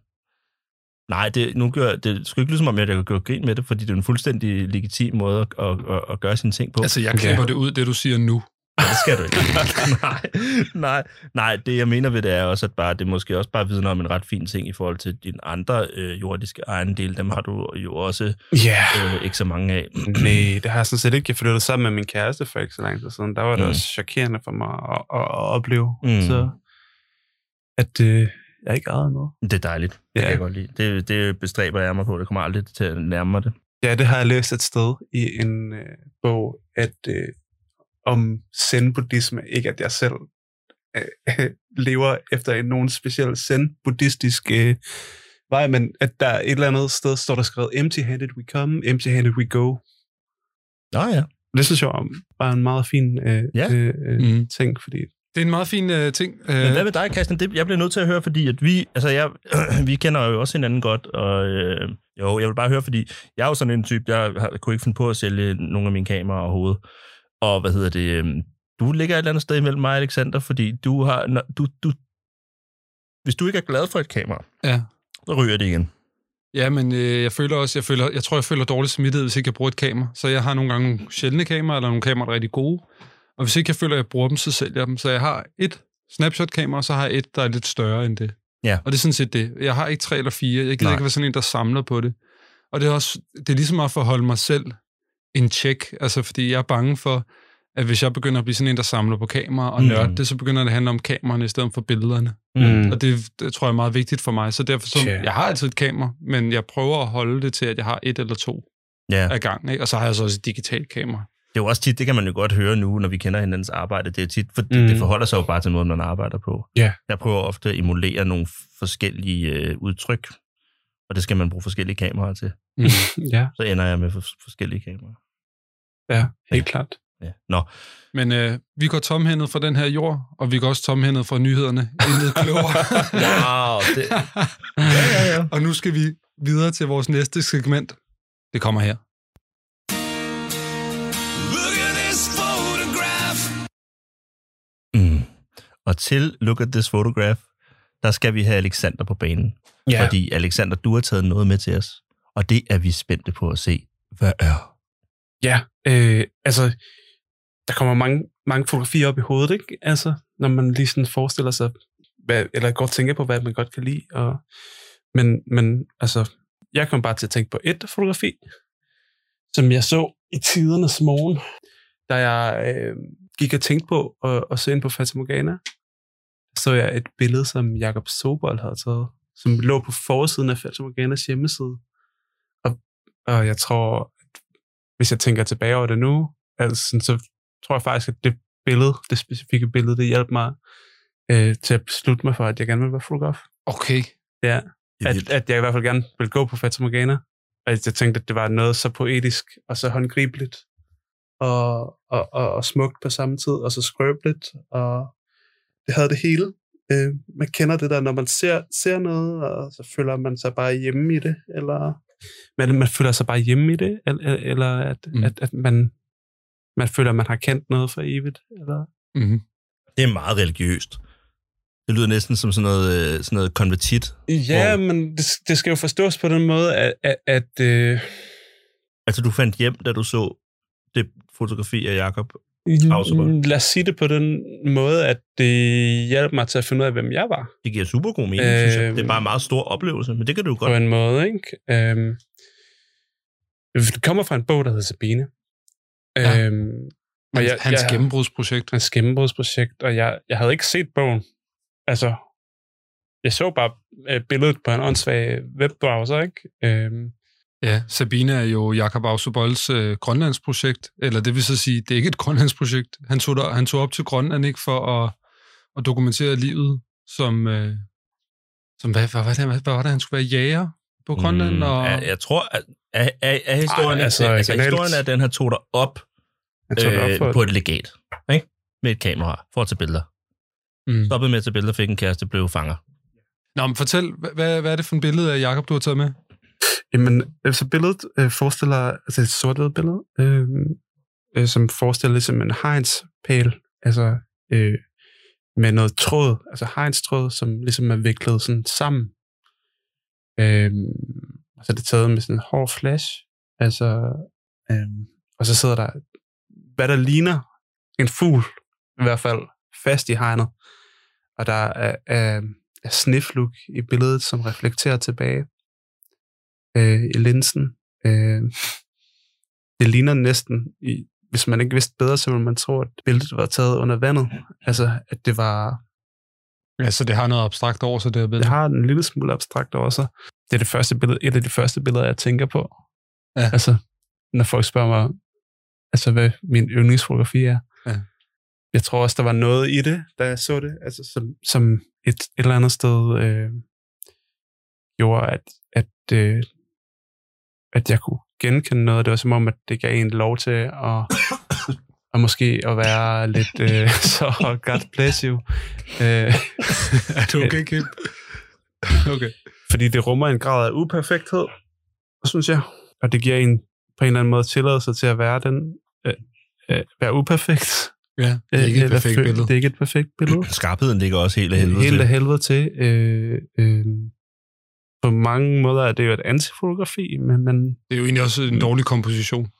Nej, det, nu gør, det skal ikke lyde som om, at jeg gør grin med det, fordi det er en fuldstændig legitim måde at, at, at, at gøre sine ting på.
Altså, jeg klipper det ud, det du siger nu.
Nej, det skal du ikke. nej, nej, nej, det jeg mener ved det er også, at bare, det måske også bare vidner om en ret fin ting i forhold til dine andre øh, jordiske ejendele. Dem har du jo også
Ja.
øh, ikke så mange af.
Nej, det har jeg sådan set ikke. Jeg flyttede sammen med min kæreste for ikke så lang tid siden. Der var det
Mm.
mm. også chokerende for mig at, at, at opleve.
Mm.
Så at øh, jeg ikke ejede noget.
Det er dejligt. Det
Ja.
kan jeg godt lide. Det, det bestræber jeg mig på. Det kommer aldrig til at nærme mig det.
Ja, det har jeg læst et sted i en øh, bog, at øh, om zen-buddhisme, ikke at jeg selv øh, lever efter en, nogen speciel zen-buddhistisk øh, vej, men at der et eller andet sted står der skrevet, empty-handed we come, empty-handed we go.
Nå ja.
Det synes jeg var en meget fin øh,
Ja.
øh, øh,
Mm.
ting, fordi
Det er en meget fin uh, ting. Uh,
Men hvad med dig, Christian? Det, jeg bliver nødt til at høre, fordi at vi, altså jeg, vi kender jo også hinanden godt, og øh, jo, jeg vil bare høre, fordi jeg er jo sådan en type, jeg har, kunne ikke finde på at sælge nogle af mine kameraer overhovedet. Og hvad hedder det? Øh, du ligger et eller andet sted imellem mig, og Alexander, fordi du har, når, du, du, hvis du ikke er glad for et kamera,
Ja.
så ryger det igen.
Ja, men øh, jeg føler også, jeg, føler, jeg tror, jeg føler dårlig smittighed, hvis ikke jeg bruger et kamera. Så jeg har nogle gange nogle sjældne kameraer, eller nogle kameraer, der er rigtig gode. Og hvis ikke jeg føler, at jeg bruger dem, så sælger jeg dem. Så jeg har et snapshot-kamera, og så har jeg et, der er lidt større end det.
Ja.
Og det er sådan set det. Jeg har ikke tre eller fire. Jeg gider
Nej.
ikke være sådan en, der samler på det. Og det er, også, det er ligesom at forholde mig selv en check. Altså, fordi jeg er bange for, at hvis jeg begynder at blive sådan en, der samler på kameraer og
Mm.
nørder det, så begynder det at handle om kameraerne i stedet for billederne.
Mm.
Og det, det tror jeg er meget vigtigt for mig. Så derfor, så,
Tja.
jeg har altid et kamera, men jeg prøver at holde det til, at jeg har et eller to
Ja.
af gangen. Ikke? Og så har jeg så også et digitalt kamera.
Det er jo også tit, det kan man jo godt høre nu, når vi kender hinandens arbejde, det er tit, for mm.
Mm.
det forholder sig jo bare til måden, man arbejder på.
Ja.
Jeg prøver ofte at emulere nogle forskellige øh, udtryk, og det skal man bruge forskellige kameraer til.
Mm. Ja,
Så ender jeg med for- forskellige kameraer.
ja, helt klart.
Ja. Nå,
Men øh, vi går tomhændet fra den her jord, og vi går også tomhændet fra nyhederne. Intet klogere.
wow, det... Ja, ja, ja.
og nu skal vi videre til vores næste segment. Det kommer her.
Mm. Og til Look at this photograph, der skal vi have Alexander på banen. Ja. Fordi Alexander, du har taget noget med til os, og det er vi spændte på at se. Hvad er?
Ja, øh, altså, der kommer mange, mange fotografier op i hovedet, ikke? Altså, når man lige sådan forestiller sig, hvad, eller godt tænker på, hvad man godt kan lide. Og, men, men altså, jeg kom bare til at tænke på et fotografi, som jeg så i tidernes morgen, da jeg øh, gik og tænkte på at, at se ind på Fatamorgana. Så jeg et billede, som Jakob Sobol havde taget, som lå på forsiden af Fatamorganas hjemmeside. Og, og jeg tror, hvis jeg tænker tilbage over det nu, altså, sådan, så tror jeg faktisk, at det billede, det specifikke billede, det hjalp mig øh, til at beslutte mig for, at jeg gerne vil være fotograf.
Okay.
Ja,
Det er
at,
vildt.
at jeg i hvert fald gerne vil gå på Fata Morgana. Og jeg tænkte, at det var noget så poetisk og så håndgribeligt og, og, og, og smukt på samme tid, og så skrøbeligt, og det havde det hele. Øh, man kender det der, når man ser, ser noget, og så føler man sig bare hjemme i det, eller man, man føler sig bare hjemme i det, eller, eller at,
Mm.
mm. at, at man, man føler, at man har kendt noget for evigt. Eller,
Mm-hmm.
Det er meget religiøst. Det lyder næsten som sådan noget, øh, sådan noget konvertit.
ja, wow. men det, det skal jo forstås på den måde, at, at, at øh,
Altså, du fandt hjem, da du så det fotografi af Jakob. Auserbach.
Lad os sige det på den måde, at det hjalp mig til at finde ud af, hvem jeg var,
Det giver super god mening, øh, synes jeg.
Øh,
Det er bare en meget stor oplevelse, men det kan du jo
på
godt.
en måde. Ikke? Øhm, det kommer fra en bog, der hedder Sabine.
Ja.
Øhm,
Hans, jeg, hans
jeg-
gennembrudsprojekt.
hans gennembrudsprojekt, og jeg, jeg havde ikke set bogen. Altså, jeg så bare øh, billedet på en åndssvag webbrowser, ikke? Øhm,
Ja, Sabine er jo Jakob Ausubolds øh, Grønlandsprojekt, eller det vil så sige, det er ikke et Grønlandsprojekt. Han tog, der, han tog op til Grønland ikke for at, at dokumentere livet som, øh, som hvad, hvad, hvad, hvad, hvad var det, han skulle være jæger på Grønland? Mm, og,
jeg, jeg tror, at er, er, er historien, Ej,
Ej,
altså, altså,
altså, originalt.
historien er, at den her tog dig op,
jeg tog det op for
øh, på et legat. Ikke? Med et kamera, for at tage billeder.
mm.
Stoppede med at tage billeder, fik en kæreste, blev fanger.
Nå, men fortæl, hvad- hvad, hvad er det for en billede af Jakob, du har taget med?
Jamen, øh, så billedet øh, forestiller, altså et sort billede, øh, øh, som forestiller ligesom en hegnspæl, altså øh, med noget tråd, altså hegnstråd, som ligesom er viklet sådan sammen. Øhm, og så er det taget med sådan en hård flash. Altså, øhm, og så sidder der, hvad der ligner en fugl, i hvert fald, fast i hegnet. Og der er, er, er snifluk i billedet, som reflekterer tilbage øh, i linsen. Øh, det ligner næsten, i, hvis man ikke vidste bedre, så ville man tro, at billedet var taget under vandet. Altså, at det var
Ja, så det har noget abstrakt over sig, det her
det
billede.
har en lille smule abstrakt over sig. Det er det første billede, et af de første billeder, jeg tænker på.
Ja.
Altså, når folk spørger mig, altså, hvad min yndlingsfotografi er.
Ja.
Jeg tror også, der var noget i det, da jeg så det, altså, som, som et, et eller andet sted øh, gjorde, at, at, øh, at jeg kunne genkende noget. Det var som om, at det gav en lov til at, at måske at være lidt øh, så God bless you. Øh,
Er du okay, Kim? Okay.
fordi det rummer en grad af uperfekthed, synes jeg. Og det giver en på en eller anden måde tilladelse til at være den, øh, øh, være uperfekt.
Ja, det er ikke
Øh,
et
eller
perfekt
føl-
billede.
Det er ikke et perfekt billede.
Skarpheden ligger også helt af helvede
Helt af
til.
helvede til. Øh, øh, på mange måder er det jo et antifotografi, men, men,
Det er jo egentlig også en dårlig komposition.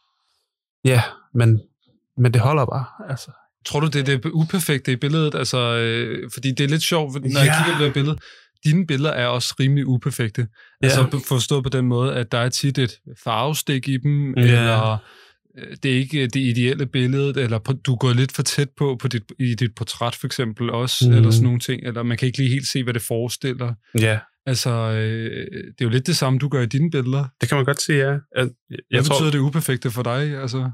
ja, men, men det holder bare. Altså.
Tror du, det er det uperfekte i billedet? Altså, øh, fordi det er lidt sjovt, fordi når ja. jeg
Ja.
kigger på det her billede, dine billeder er også rimelig uperfekte. Ja. Altså på- forstået på den måde, at der er tit et farvestik i dem, ja.
Ja.
eller øh, det er ikke det ideelle billede, eller på, du går lidt for tæt på, på dit, i dit portræt for eksempel også, mm.
Mhm.
eller sådan nogle ting, eller man kan ikke lige helt se, hvad det forestiller.
Ja,
Altså, øh, det er jo lidt det samme, du gør i dine billeder.
det kan man godt sige, ja. Jeg,
Hvad betyder det uperfekte for dig? Altså,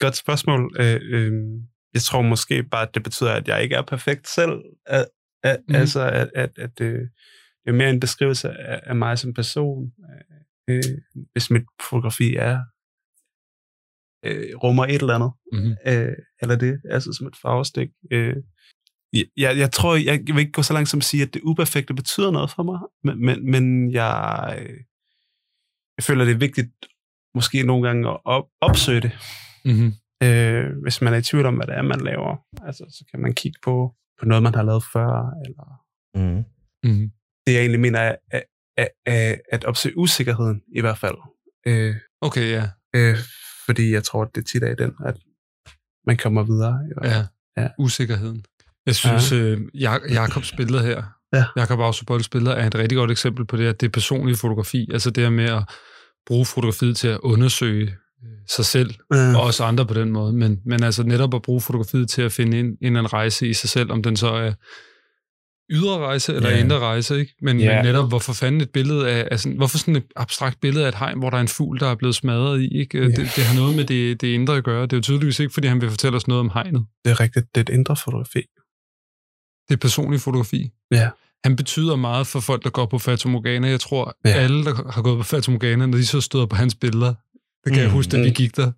Godt spørgsmål. Øh, øh, jeg tror måske bare, at det betyder, at jeg ikke er perfekt selv. At, at,
Mhm.
mm. Altså, at, at, at det, det er mere en beskrivelse af, af mig som person. Øh, hvis mit fotografi er øh, rummer et eller andet.
Mhm.
Øh, eller det, altså som et farvestik. Øh, jeg, jeg tror, jeg vil ikke gå så langt som at sige, at det uperfekte betyder noget for mig, men, men, men jeg, øh, jeg føler, det er vigtigt måske nogle gange at op, opsøge det
mm-hmm.
øh, hvis man er i tvivl om, hvad det er, man laver. Altså, så kan man kigge på, på noget, man har lavet før, eller
Mm.
Mm-hmm.
det, jeg egentlig mener, er, er, er, er at opsøge usikkerheden, i hvert fald. Øh,
okay, ja.
øh, fordi jeg tror, at det tit er i den, at man kommer videre. I hvert fald.
Ja. ja.
Ja.
Usikkerheden. Jeg synes, ja. øh, Jak- Jakobs billede her,
Ja.
Jakob Ausubolds billede, er et rigtig godt eksempel på det, at det er personlige fotografi. Altså det her med at bruge fotografiet til at undersøge øh, sig selv,
Øh,
og også andre på den måde. Men, men altså netop at bruge fotografiet til at finde en, en eller anden rejse i sig selv, om den så er ydre rejse eller
Ja.
yeah. indre rejse, ikke? Men, yeah.
Ja.
men netop, hvorfor fanden et billede af, af sådan, hvorfor sådan et abstrakt billede af et hegn, hvor der er en fugl, der er blevet smadret i, ikke? Yeah. Det, det har noget med det, det indre at gøre. Det er jo tydeligvis ikke, fordi han vil fortælle os noget om hegnet.
det er rigtigt. Det er et indre fotografi.
det er personlig fotografi.
Ja.
Han betyder meget for folk, der går på Fata Morgana. Jeg tror, ja.
Ja.
alle, der har gået på Fata Morgana, når de så støder på hans billeder, det kan mm. jeg
Mm.
huske, da vi
Mm.
gik der,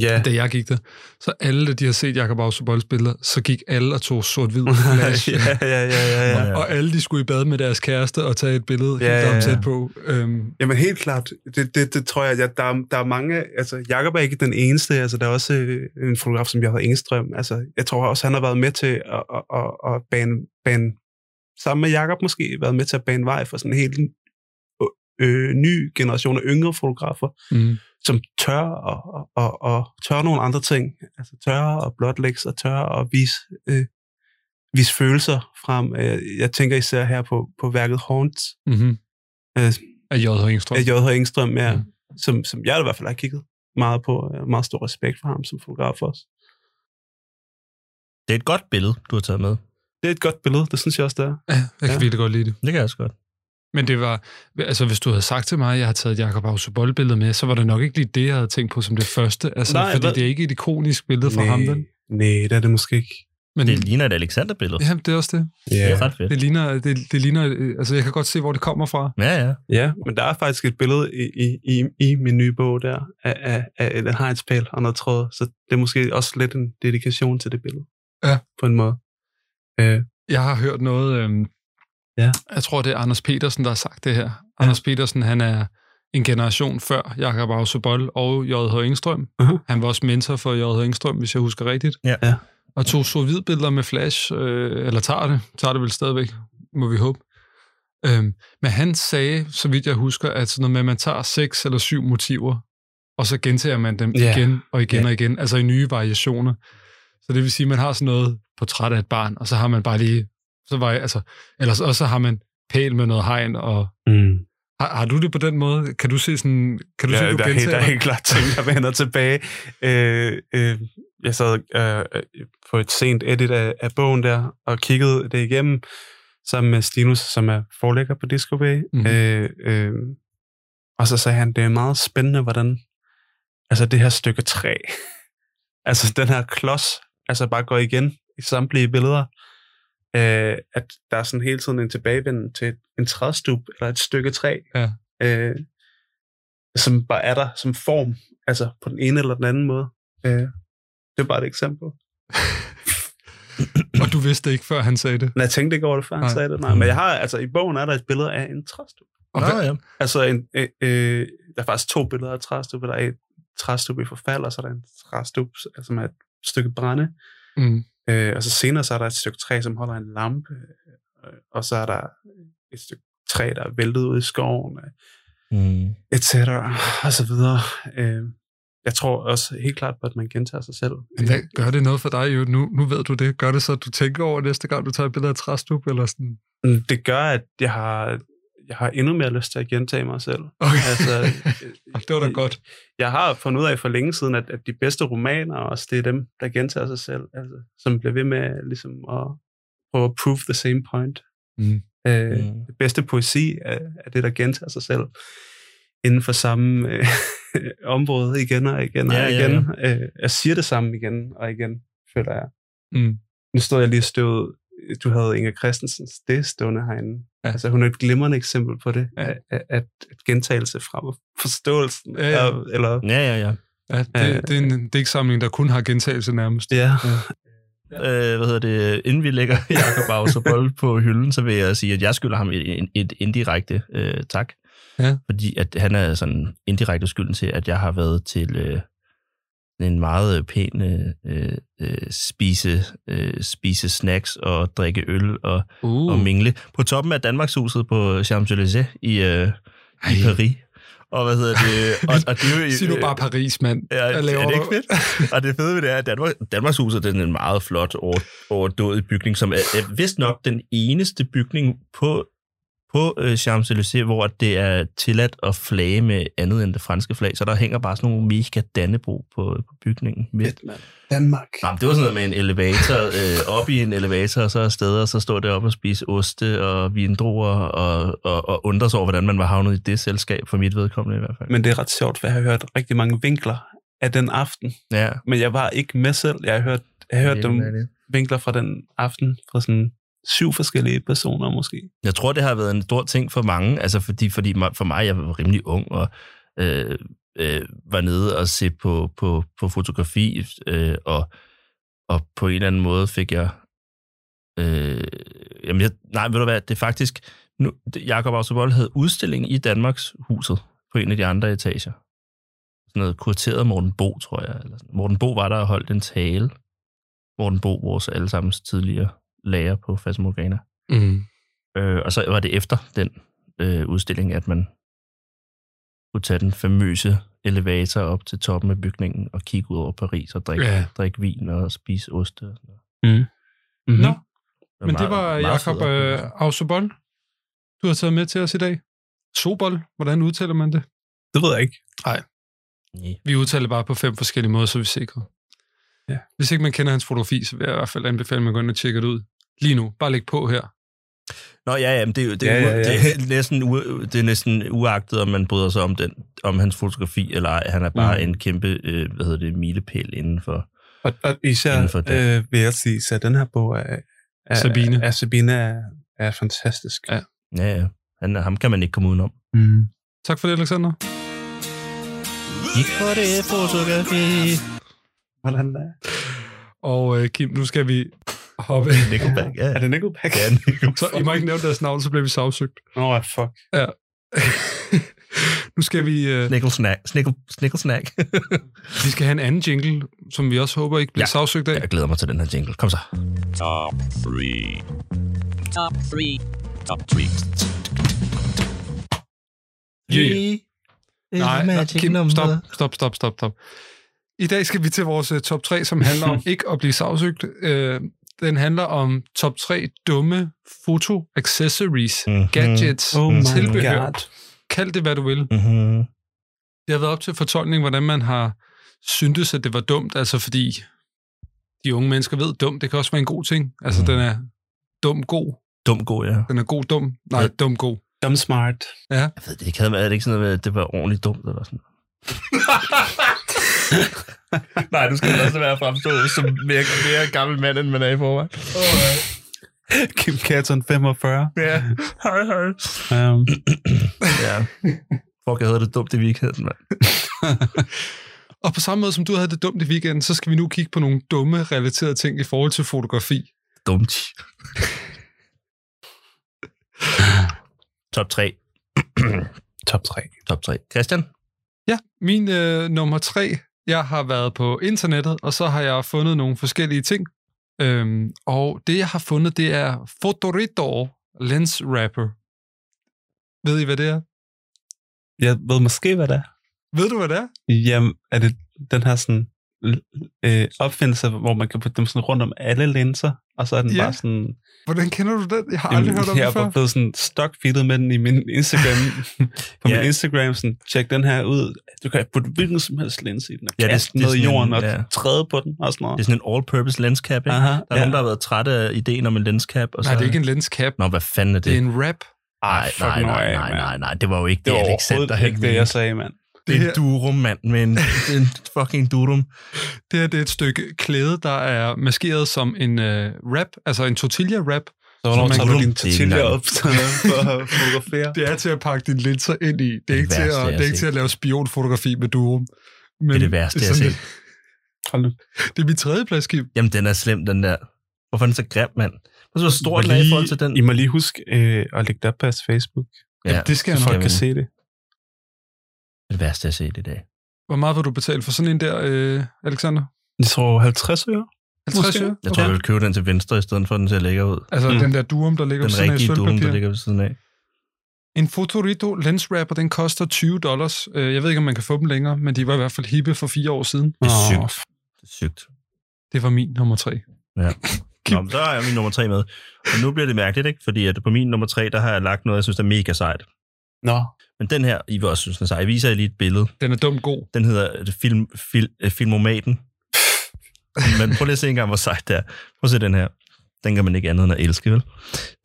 Ja,
da jeg gik der, så alle, der de har set Jacob Ausubolds billeder, så gik alle og tog sort-hvid flash.
ja, ja, ja, ja, ja.
Ja.
Og alle, de skulle i bad med deres kæreste og tage et billede
Ja,
helt
ja,
ja,
ja.
tæt på. Øhm,
Jamen helt klart, det, det, det tror jeg, at der, er- der er mange, altså Jakob er ikke den eneste, altså der er også øh, en fotograf som Jakob Engstrøm, altså jeg tror også, han har været med til at, at, at, at bane, bane, sammen med Jakob måske, været med til at bane vej for sådan en helt øh, ny generation af yngre fotografer,
mm.
som tør og, og, og, og tør nogle andre ting, altså tør at blotlægge sig, tør at vise, øh, vise følelser frem. Øh, Jeg tænker især her på, på værket Horns,
Mm-hmm.
øh,
Af J.H. Engstrøm.
af J.H. Engstrøm, ja,
Mm.
mm. som, som jeg i hvert fald har kigget meget på. Jeg har meget stor respekt for ham som fotograf også.
Det er et godt billede, du har taget med.
Det er et godt billede, det synes jeg også, det er.
Ja, jeg kan
Ja.
virkelig godt lide det.
Det kan jeg også godt.
Men det var, altså hvis du havde sagt til mig, at jeg har taget et Jacob Ausubol billede med, så var det nok ikke lige det, jeg havde tænkt på som det første. Altså, Nej,
Nej,
fordi
hvad-
det er ikke et ikonisk billede fra ham, vel?
nej, det er det måske ikke.
Men
Det ligner et Alexander-billede.
ja, det er også det.
Det er ret fedt.
Det ligner, det, det ligner, øh, altså jeg kan godt se, hvor det kommer fra.
Ja, ja.
ja, men der er faktisk et billede i, i, i, i min nye bog der, af, af, af en hegnspæl og noget tråd, så det er måske også lidt en dedikation til det billede.
Ja.
På en måde. Øh,
Jeg har hørt noget, øhm,
Ja.
jeg tror, det er Anders Petersen, der har sagt det her. Ja. Anders Petersen, han er en generation før Jakob Ausubol og J.H. Engstrøm.
Uh-huh.
Han var også mentor for J.H. Engstrøm, hvis jeg husker rigtigt.
Ja.
Ja.
Og tog sort-hvid billeder med flash, øh, eller tager det, tager det vel stadigvæk, må vi håbe. Øhm, men han sagde, så vidt jeg husker, at sådan noget med, at man tager seks eller syv motiver, og så gentager man dem
Ja.
yeah. igen og igen
Ja.
yeah. og igen, altså i nye variationer. Så det vil sige, at man har sådan noget portræt af et barn, og så har man bare lige, så var jeg, altså, ellers også så har man pæl med noget hegn, og
Mm.
har, har du det på den måde? Kan du se sådan, kan du ja, se, du
der, er helt, der
gentager
er
det?
helt klart ting, der vender tilbage. Øh, øh, jeg sad øh, øh, på et sent edit af, af bogen der, og kiggede det igennem, sammen med Stinus, som er forlægger på Discobay.
Mhm.
Mm-hmm. Øh, øh, og så sagde han, det er meget spændende, hvordan altså det her stykke træ, altså den her klods, altså bare går igen i samtlige billeder, øh, at der er sådan hele tiden en tilbagevenden til en træstup eller et stykke træ,
Ja.
øh, som bare er der som form, altså på den ene eller den anden måde. Øh, det er bare et eksempel.
Og du vidste det ikke, før han sagde det.
Men jeg tænkte ikke over det, før han
Nej. Mm.
sagde det. Nej, men jeg har, altså, i bogen er der et billede af en træstup.
Og hvad,
ja.
Altså, en, øh, øh, der er faktisk to billeder af træstup. Der er et træstup i forfald, og så er der en træstup, altså, som er et stykke brænde.
mm,
Øh, og så senere så er der et stykke træ, som holder en lampe. Øh, og så er der et stykke træ, der er væltet ud i skoven. Øh,
Mm.
et cetera, og så videre. Øh, jeg tror også helt klart på, at man gentager sig selv.
men hvad, gør det noget for dig jo? Nu, nu ved du det. Gør det så, at du tænker over næste gang, du tager et billede af et træstup, eller sådan?
Mm, Det gør, at jeg har, jeg har endnu mere lyst til at gentage mig selv.
Okay.
Altså,
Ej, det var da godt.
Jeg har fundet ud af for længe siden, at, at de bedste romaner også, det er dem, der gentager sig selv, altså, som bliver ved med ligesom, at prøve at prove the same point.
Mm.
Øh,
Mm.
det bedste poesi er, er det, der gentager sig selv inden for samme øh, område igen og igen og
Ja,
ja,
ja,
igen. Ja, ja. Øh, jeg siger det samme igen og igen, føler jeg.
Mm.
Nu stod jeg lige stået, du havde Inger Christensens det stående herinde.
Ja.
Ja. Altså hun er et glimrende eksempel på det,
Ja.
ja. at, at, at gentagelse fremmer forståelsen,
Ja, ja.
og- eller
Ja, ja, ja.
Ja,
Øh,
det, det er en digtsamling, der kun har gentagelse nærmest.
ja.
øh, hvad hedder det, inden vi lægger Jakob Auserbold på hylden, så vil jeg sige, at jeg skylder ham et, et- et indirekte øh, tak.
Ja.
Fordi at han er sådan indirekte skylden til, at jeg har været til øh, en meget pæn øh, øh, spise, øh, spise snacks og drikke øl og,
Uh.
og mingle. På toppen af Danmarkshuset på Champs-Élysées i, øh, i Paris. Og hvad hedder det? Og, og det er jo,
Sig nu bare Paris, mand.
Ja,
Hvad laver
er det
du?
ikke fedt? Og det fede ved det er, at Danmark, Danmarkshuset den er en meget flot over, overdådig bygning, som er, er vist nok den eneste bygning på, på øh, Champs-Élysées, hvor det er tilladt at flage med andet end det franske flag. Så der hænger bare sådan nogle mega dannebro på, på bygningen. Midt.
Danmark.
Nå, men det var sådan noget med en elevator, øh, op i en elevator, og så afsted, og så stod deroppe og spise oste og vindruer, og, og, og undres over, hvordan man var havnet i det selskab, for mit vedkommende i hvert fald.
Men det er ret sjovt, for jeg har hørt rigtig mange vinkler af den aften.
ja,
Men jeg var ikke med selv. Jeg har hørt, jeg har hørt
det
dem
er det.
vinkler fra den aften fra sådan syv forskellige personer måske.
Jeg tror, det har været en stor ting for mange, altså fordi, fordi mig- for mig, jeg var rimelig ung og øh, øh, var nede og se på, på, på fotografi, øh, og, og på en eller anden måde fik jeg... Øh, jamen, jeg, nej, ved du hvad, det er faktisk... Nu, det- Jakob Auservold havde udstilling i Danmarks huset på en af de andre etager. Sådan noget kurateret af Morten Bo, tror jeg. Eller sådan. Morten Bo var der og holdt en tale. Morten Bo, vores allesammens tidligere lærer på Fasmorgana.
Mm.
Øh, og så var det efter den øh, udstilling, at man kunne tage den famøse elevator op til toppen af bygningen og kigge ud over Paris og drikke,
Ja.
ja. drikke vin og spise oste. Og sådan noget.
Mm-hmm.
Nå,
var
men det
meget-
var
meget fed
Jakob
oplevelse.
øh, Ausobol, du har taget med til os i dag. Sobol, hvordan udtaler man det?
Det ved jeg ikke.
Ja.
Vi udtaler det bare på fem forskellige måder, så vi er sikre.
Ja.
Hvis ikke man kender hans fotografi, så vil jeg i hvert fald anbefale, at man går ind og tjekker det ud. Lige nu, bare læg på her.
Nå ja, ja, men det, er jo- det, ja, ja, ja. det, er næsten, u, det er næsten uagtet, om man bryder sig om, den, om hans fotografi, eller ej. Han er bare mm. en kæmpe, øh, hvad hedder det, milepæl inden for...
Og, og især
Inden for det.
øh, vil jeg sige, så den her bog er, er,
Sabine.
er, er Sabine er, er fantastisk.
Ja.
Ja, ja. Han, ham kan man ikke komme udenom.
Mm.
Tak for det, Alexander.
Kig på det fotografi.
Hvordan er
Og øh, Kim, nu skal vi hoppe.
Nickelback, ja.
Er det Nickelback?
Ja, Nickelback.
Så I må ikke nævne deres navn, så bliver vi sagsøgt.
Nå, oh, fuck.
nu skal vi... Øh,
Snickelsnack. Snickel, snickelsnack.
Vi skal have en anden jingle, som vi også håber ikke bliver ja.
Ja.
sagsøgt af.
Jeg glæder mig til den her jingle. Kom så. Top 3.
Yeah. Nej, nej Kim, stop,
number.
stop, stop, stop, stop. I dag skal vi til vores øh, top 3, som handler om ikke at blive sagsøgt. Øh, den handler om top 3 dumme foto-accessories,
Mhm.
gadgets,
Oh my
tilbehør.
god.
Kald det, hvad du vil.
Mm-hmm.
Det har været op til fortolkning, hvordan man har syntes, at det var dumt, altså fordi de unge mennesker ved, dumt, det kan også være en god ting. Altså,
Mhm.
den er dum god.
Dum god, ja.
Den er god dum. Nej,
Ja.
dum god.
Dumb smart.
Jeg ved det, det kan være, er det ikke sådan noget, med, at det var ordentligt dumt eller sådan Nej, du skal også være fremstået som mere, mere gammel mand, end man er i forvejen.
Kim Catton 45.
Ja. Hej, hej.
Um,
Ja. Fuck, jeg havde det dumt i weekenden, mand.
Og på samme måde som du havde det dumt i weekenden, så skal vi nu kigge på nogle dumme relaterede ting i forhold til fotografi.
Dumt. Top 3.
top 3.
Top 3. Christian?
Ja, min øh, nummer tre. Jeg har været på internettet, og så har jeg fundet nogle forskellige ting. Øhm, og det, jeg har fundet, det er Fotoridor Lens Wrapper. Ved I, hvad det er?
Jeg ved måske, hvad det er.
Ved du, hvad det er?
Jamen, er det den her sådan øh, opfindelse, hvor man kan putte dem sådan rundt om alle linser, og så er den
Ja.
bare sådan...
Hvordan kender du den? Jeg har aldrig hørt om det
jeg er
før.
bare blevet sådan stockfeedet med den i min Instagram. på
Ja.
min Instagram, sådan, tjek den her ud. Du kan putte hvilken som helst linse i den, og
Ja,
ja,
det-
kaste den
det er
ned i
sådan en-
jorden, og
ja.
træde på den, og sådan
Det
noget.
er sådan en all-purpose lenscap, ikke?
Aha,
Der er ja. nogen, der har været trætte af ideen om en lenscap. Og så...
Nej, det er ikke en lens cap.
Nå, hvad fanden er det?
Det er en wrap.
Nej,
fuck
nej,
nu
nej,
af,
nej,
mand.
nej, nej, det var jo ikke
det
det,
var
Alexander
overhovedet
han
ikke det, jeg sagde, mand.
Det
Det
er
her-
en durum, mand, men det er en fucking durum.
Det her det er et stykke klæde, der er maskeret som en øh, wrap, altså en tortilla-wrap.
Så hvornår
man
tager du
kunne-
din
Det er ikke
tortilla
engang-
op for at fotografere?
Det er til at pakke dine linser ind i. Det er
Det
ikke, til
værste, jeg
at,
har
det er ikke
set.
til at lave spionfotografi med durum. Men
Det er det værste, jeg har
sådan,
set.
Hold nu.
Det, det er min tredje plads, Kim.
Jamen, den er slem, den der. Hvorfor er den så grim, mand? Hvor så stor den er i forhold til den?
I må lige huske øh, at lægge det op på jeres Facebook,
Ja,
det skal jeg
så
nok.
folk kan se det.
Det er det værste, jeg har set i dag.
Hvor meget vil du betale for sådan en der, øh, Alexander?
Jeg tror 50 øre.
50
Måske.
øre?
Jeg tror, jeg vil købe den til venstre, i stedet for at den ser lækker ud.
Altså
Mm.
den der durum, der ligger
Den
ved siden af i
rigtige durum, der
sølvpapir.
ligger ved siden af.
En Fotorito lens wrapper, den koster 20 dollars. Øh, Jeg ved ikke, om man kan få dem længere, men de var i hvert fald hippe for fire år siden.
Det er
Åh,
sygt. Det er sygt.
Det var min nummer tre.
Nå, men så er min nummer tre med. Og nu bliver det mærkeligt, ikke? Fordi at på min nummer tre, der har jeg lagt noget, jeg synes er mega sejt.
Nå,
Men den her, I vil også synes, den er sej. Jeg viser jer lige et billede.
Den er dumt god.
Den hedder øh, film, fil, øh, Filmomaten. Men prøv lige at se engang, hvor sejt det er. Prøv at se den her. Den kan man ikke andet end at elske, vel?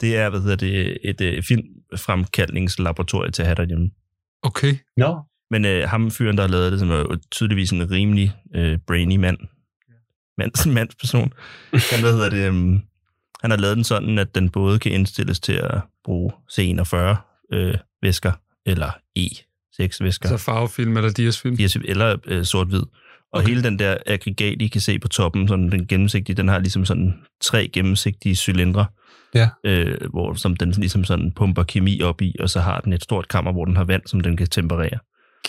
Det er, hvad hedder det, et øh, filmfremkaldningslaboratorium til at have derhjemme.
Okay.
no.
Men øh, ham fyren, der har lavet det, som er jo tydeligvis en rimelig øh, brainy mand, mand mandsperson, han, hvad hedder det, øh, han har lavet den sådan, at den både kan indstilles til at bruge C41 øh, væsker, eller E6 væsker
Så farvefilm eller diasfilm.
de er typ- eller øh, sort-hvid. Og
Okay.
okay. hele den der aggregat, I kan se på toppen, sådan den gennemsigtige, den har ligesom sådan tre gennemsigtige cylindre,
Ja.
øh, hvor, som den ligesom sådan pumper kemi op i, og så har den et stort kammer, hvor den har vand, som den kan temperere.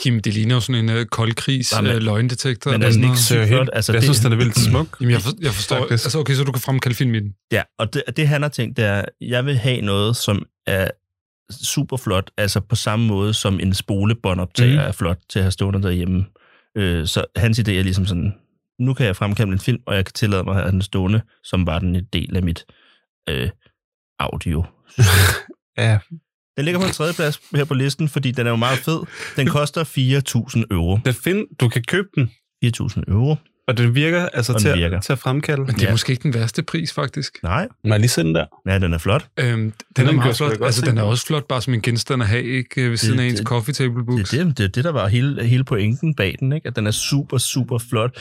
Kim, det ligner jo sådan en øh, koldkrigs
Nej, men-
øh, løgndetektor.
men
eller
er den
sådan
ikke
noget.
syg?
Det er helt, altså, jeg det, synes, den er vildt smuk.
Jamen, jeg, for, jeg forstår.
Faktisk.
Altså, okay, så du kan fremkalde film i den.
Ja, og det, det han har tænkt, det er, jeg vil have noget, som er super flot, altså på samme måde som en spolebåndoptager mm. er flot til at have stående derhjemme. Øh, så hans idé er ligesom sådan, nu kan jeg fremkalde en film, og jeg kan tillade mig at have den stående, som var den en del af mit øh, audio.
Ja.
Den ligger på en tredjeplads her på listen, fordi den er jo meget fed. Den koster 4.000 euro.
Det er fint, du kan købe den,
4.000 euro?
og den virker altså
Og den
til, at-
virker.
til at fremkalde.
Men det er
Ja.
måske ikke den værste pris, faktisk.
Nej.
Må jeg lige se den der?
Ja, den er flot.
Øhm, den,
Den
den er
kan
meget
jeg sgu da
flot.
godt
Altså,
se.
den er også flot bare som en genstand at have, ikke? øh, Ved siden af ens
det-
coffee table books.
Det er det, det, er det der var hele, hele pointen bag den, ikke? at den er super, super flot.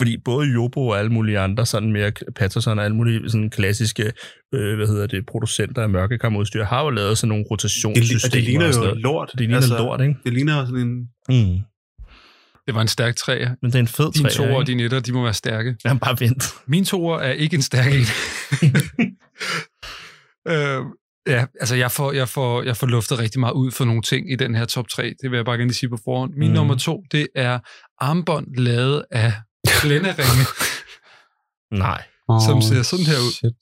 Fordi både Jobo og alle mulige andre, sådan mere Patterson og alle mulige sådan klassiske øh, hvad hedder det, producenter af mørkekammerudstyr, har jo lavet sådan nogle
Det, li-
rotationssystemer.
og det ligner
og
jo
sådan noget.
lort.
Det ligner altså, lort, ikke?
Det ligner jo sådan en...
Mm.
Det var en stærk træer.
Men det er en fed
Dine
træer,
toer og
ikke?
dine etter, de må være stærke.
Jamen, bare vent.
Min toer er ikke en stærk en. øh, ja, altså jeg får, jeg, får, jeg får luftet rigtig meget ud for nogle ting i den her top 3. Det vil jeg bare gerne lige sige på forhånd. Min
Mhm.
mm. nummer to, det er armbånd lavet af klænderinge.
Nej.
Som ser sådan her ud.
Shit.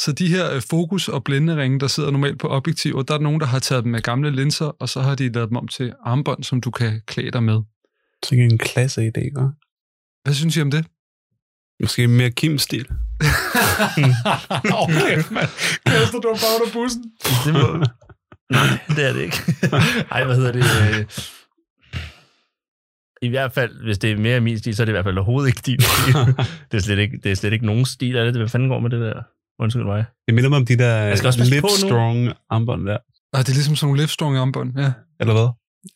Så de her øh, fokus- og blænderinge, der sidder normalt på objektiver, der er nogen, der har taget dem af gamle linser, og så har de lavet dem om til armbånd, som du kan klæde dig med.
Så en klasse i dag, hva'?
Hvad synes I om det?
Måske mere Kim-stil.
okay, man. Kaster du bare under bussen?
Det må... Nej, det er det ikke. Nej, hvad hedder det? øh, I hvert fald, hvis det er mere min stil, så er det i hvert fald overhovedet ikke din stil. det, er slet ikke, det er slet ikke nogen stil, er det? Hvad fanden går med det der? Undskyld mig.
Det minder mig om de der
Jeg skal også passe på nu.
strong armbånd der.
Nej, det er ligesom sådan nogle Livestrong armbånd, ja.
Eller hvad?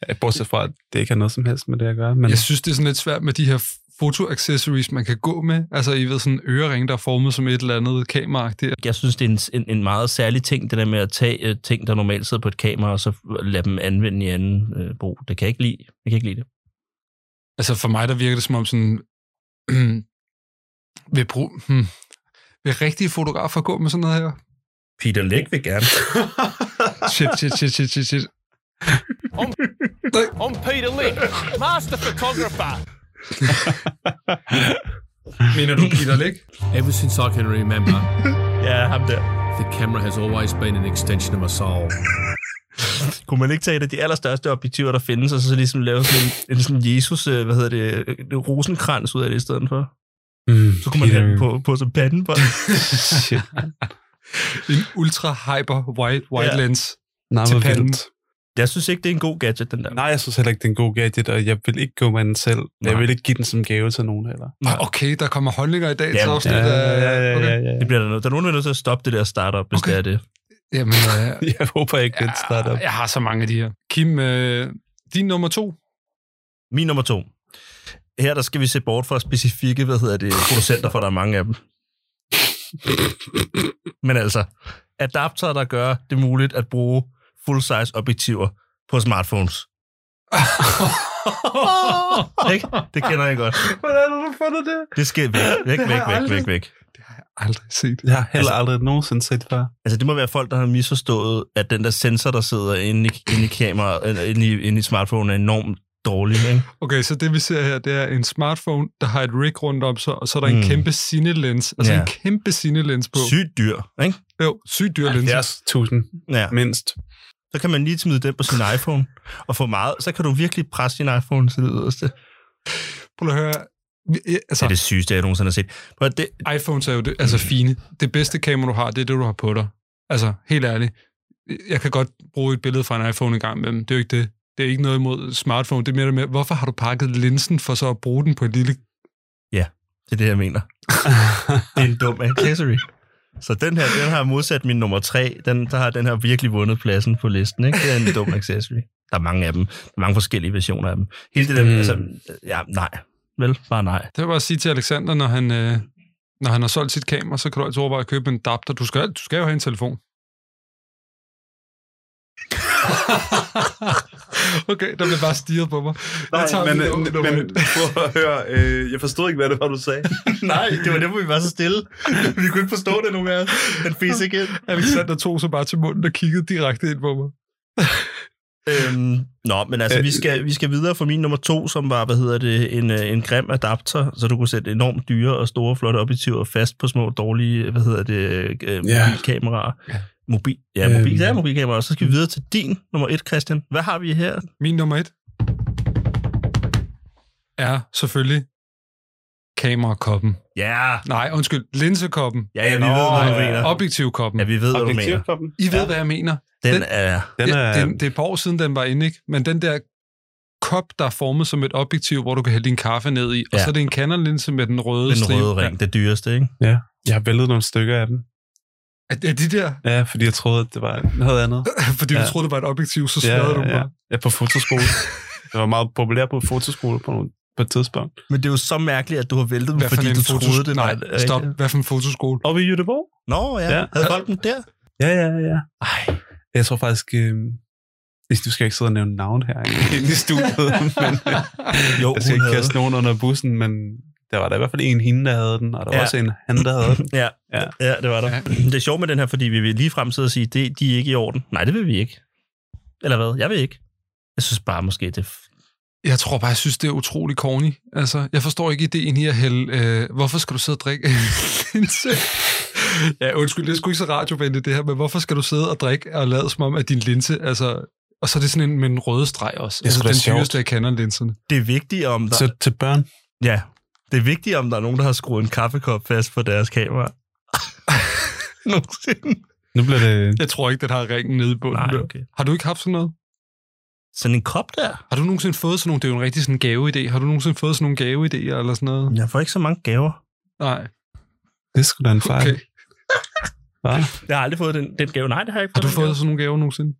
Ja, Bortset fra, at det ikke har noget som helst med det at gøre. Men
Jeg synes, det er sådan lidt svært med de her fotoaccessories, man kan gå med. Altså, I ved, sådan en ørering, der er formet som et eller andet kamera der.
Jeg synes, det er en, en, en meget særlig ting, det der med at tage øh, ting, der normalt sidder på et kamera, og så lade dem anvende i anden øh, brug. Det kan jeg ikke lide. Jeg kan ikke lide det.
Altså, for mig, der virker det som om sådan... ved brug... Hmm, vil rigtige fotografer gå med sådan noget her?
Peter Læk vil gerne.
Shit, shit, shit, shit, shit, shit.
I'm Peter Lick, master photographer.
Mener du Peter Læk?
Ever since I can remember,
ja, ham der.
the camera has always been an extension of my soul.
Kunne man ikke tage et af de allerstørste objektiver, der findes, og så ligesom lave sådan en, en sådan Jesus, øh, hvad hedder det, øh, rosenkrans ud af det i stedet for?
mm,
Så kunne man have den på, på som panden på.
Shit.
En ultra-hyper wide, wide
Ja.
ja. lens.
Nej,
Til
hvor
panden.
vildt.
Jeg synes ikke, det er en god gadget, den der.
Nej, jeg synes heller ikke, det er en god gadget, og jeg vil ikke gå med den selv. Nej. Jeg
Nej.
vil ikke give den som gave til nogen heller. øh,
Ah, Okay, der kommer holdninger i dag til
Jamen,
afsnit. af- Okay.
ja.
Det bliver der, nødt- der er nogen, der er nødt til at stoppe det der startup, hvis okay.
Okay.
det er det.
Jamen, øh,
Jeg håber ikke, det er et startup.
jeg, jeg har så mange af de her. Kim, øh, din nummer to.
Min nummer to. Her der skal vi se bort fra specifikke, hvad hedder det, producenter, for der er mange af dem. Men altså, adapter, der gør det muligt at bruge full-size objektiver på smartphones. Ikke? Det kender jeg godt.
Hvordan har du fundet det?
Det skal væk, væk,
Det har
væk,
jeg
væk,
aldrig-
væk, væk.
Aldrig set.
Jeg har heller aldrig nogensinde set før.
Altså, det må være folk, der har misforstået, at den der sensor, der sidder inde i, inde i kameraet, eller inde i, inde i smartphone, er enormt dårlig, ikke?
Okay, så det vi ser her, det er en smartphone, der har et rig rundt om sig, og så er der mm. en
Mm.
kæmpe cinelens. Altså
Ja.
en kæmpe cinelens på. Syg.
Sygt dyr, ikke?
Jo, sygt dyr lens.
70.000
Ja.
mindst.
Så kan man lige smide den på sin iPhone, og få meget, så kan du virkelig presse din iPhone til det yderste.
Prøv at høre. Vi- ja,
Det
Altså,
er det sygeste, jeg nogensinde har set. Prøv, at det,
iPhones er jo det, altså fine. Det bedste kamera, du har, det er det, du har på dig. Altså, helt ærligt. Jeg kan godt bruge et billede fra en iPhone en gang imellem. Det er jo ikke det. Det er ikke noget imod smartphone. Det er mere det med, hvorfor har du pakket linsen for så at bruge den på et lille...
det er det, jeg mener. det er en dum accessory. Så den her, den har modsat min nummer tre. Den, der har den her virkelig vundet pladsen på listen. Ikke? Det er en dum accessory. Der er mange af dem. Der er mange forskellige versioner af dem. Hele det der,
Mm.
mm. altså, ja, nej. Vel, bare nej.
Det vil jeg bare sige til Alexander, når han, øh, når han har solgt sit kamera, så kan du altid overveje at købe en adapter. Du skal, du skal jo have en telefon. okay, der blev bare stirret på mig.
Nej,
Jeg tager
men,
lige
øh,
nummer
men
et.
prøv at høre, øh, jeg forstod ikke, hvad det var, du sagde.
nej, det var derfor, vi var så stille. Vi kunne ikke forstå det nu mere. Den fes ikke ind.
Alexander tog så bare til munden og kiggede direkte ind på mig.
Øhm, nå, men altså,
Øh,
vi skal, vi skal videre fra min nummer to, som var, hvad hedder det, en, øh, en grim adapter, så du kunne sætte enormt dyre og store, flotte objektiver fast på små, dårlige, hvad hedder det, øh,
Ja.
mobilkameraer. Mobil, ja, mobil,
Øhm.
det er mobilkameraer. Så skal vi videre til din nummer et, Christian. Hvad har vi her?
Min nummer et er selvfølgelig kamerakoppen.
Ja,
Nej, undskyld, linsekoppen. øh,
ja, ja vi ved, hvad du mener.
Objektivkoppen.
Ja, vi ved, hvad du mener.
Objektivkoppen.
I ved, hvad jeg mener.
Den
Den-
er...
Den er,
det, det, det er et par år siden, den var inde, ikke? Men den der kop, der er formet som et objektiv, hvor du kan hælde din kaffe ned i, ja. og
Ja.
så er det en Canon-linse med den røde
Den
stribe.
røde ring, det dyreste, ikke?
jeg har væltet nogle stykker af dem.
Er, er de der?
Ja, fordi jeg troede, at det var noget andet.
Fordi ja.
Ja.
du troede, det var et objektiv, så
Ja,
smadrede du
ja.
mig.
ja, på fotoskole. jeg var meget populær på fotoskole på, nogle, på et tidspunkt.
Men det er jo så mærkeligt, at du har væltet dem,
Hvad for
fordi
en
du
fotos-
troede, det var...
Nej, stop. Hvad for en fotoskole?
Oppe i Jødeborg?
Nå, ja.
Ja.
Havde folk den der?
Ja, ja, ja. Ej, jeg tror faktisk... Øh, du skal ikke sidde og nævne navn her inde i studiet, men øh,
Jo,
jeg skal
hun
ikke
havde.
kaste nogen under bussen, men der var der i hvert fald en hende, der havde den, og der var
Ja.
også en han, der havde den.
Ja, ja.
Ja.
ja det var der. Ja.
Ja.
Det er sjovt med den her, fordi vi vil lige frem sidde og sige, det, de er ikke i orden. Nej, det vil vi ikke. Eller hvad? Jeg vil ikke. Jeg synes bare måske, det...
Jeg tror bare, jeg synes, det er utrolig corny. Altså, jeg forstår ikke ideen i at hælde... Øh, hvorfor skal du sidde og drikke en linse Ja, undskyld, det er sgu ikke så radiovenligt det her, men hvorfor skal du sidde og drikke og lade som om, at din linse, altså... Og så er det sådan en med en røde streg også.
Det er
altså,
sgu da
den
sjovt.
dyreste af Canon-linserne.
Det er vigtigt, om der...
Så
til børn? Ja. Det er vigtigt, om der er nogen, der har skruet en kaffekop fast på deres kamera. Nogensinde.
Nu bliver det...
Jeg tror ikke, den har ringen nede i bunden.
Nej,
der.
okay.
Har du ikke haft sådan noget?
Sådan en kop der?
Har du nogensinde fået sådan nogle... Det er jo en rigtig sådan gaveidé. Har du nogensinde fået sådan nogle gaveidéer eller sådan noget?
Jeg får ikke så mange gaver.
Nej.
Det skulle da en fejl.
Okay.
Hvad?
Jeg har aldrig fået den, den gave. Nej, det har jeg ikke
Har du fået sådan nogle gaver nogensinde?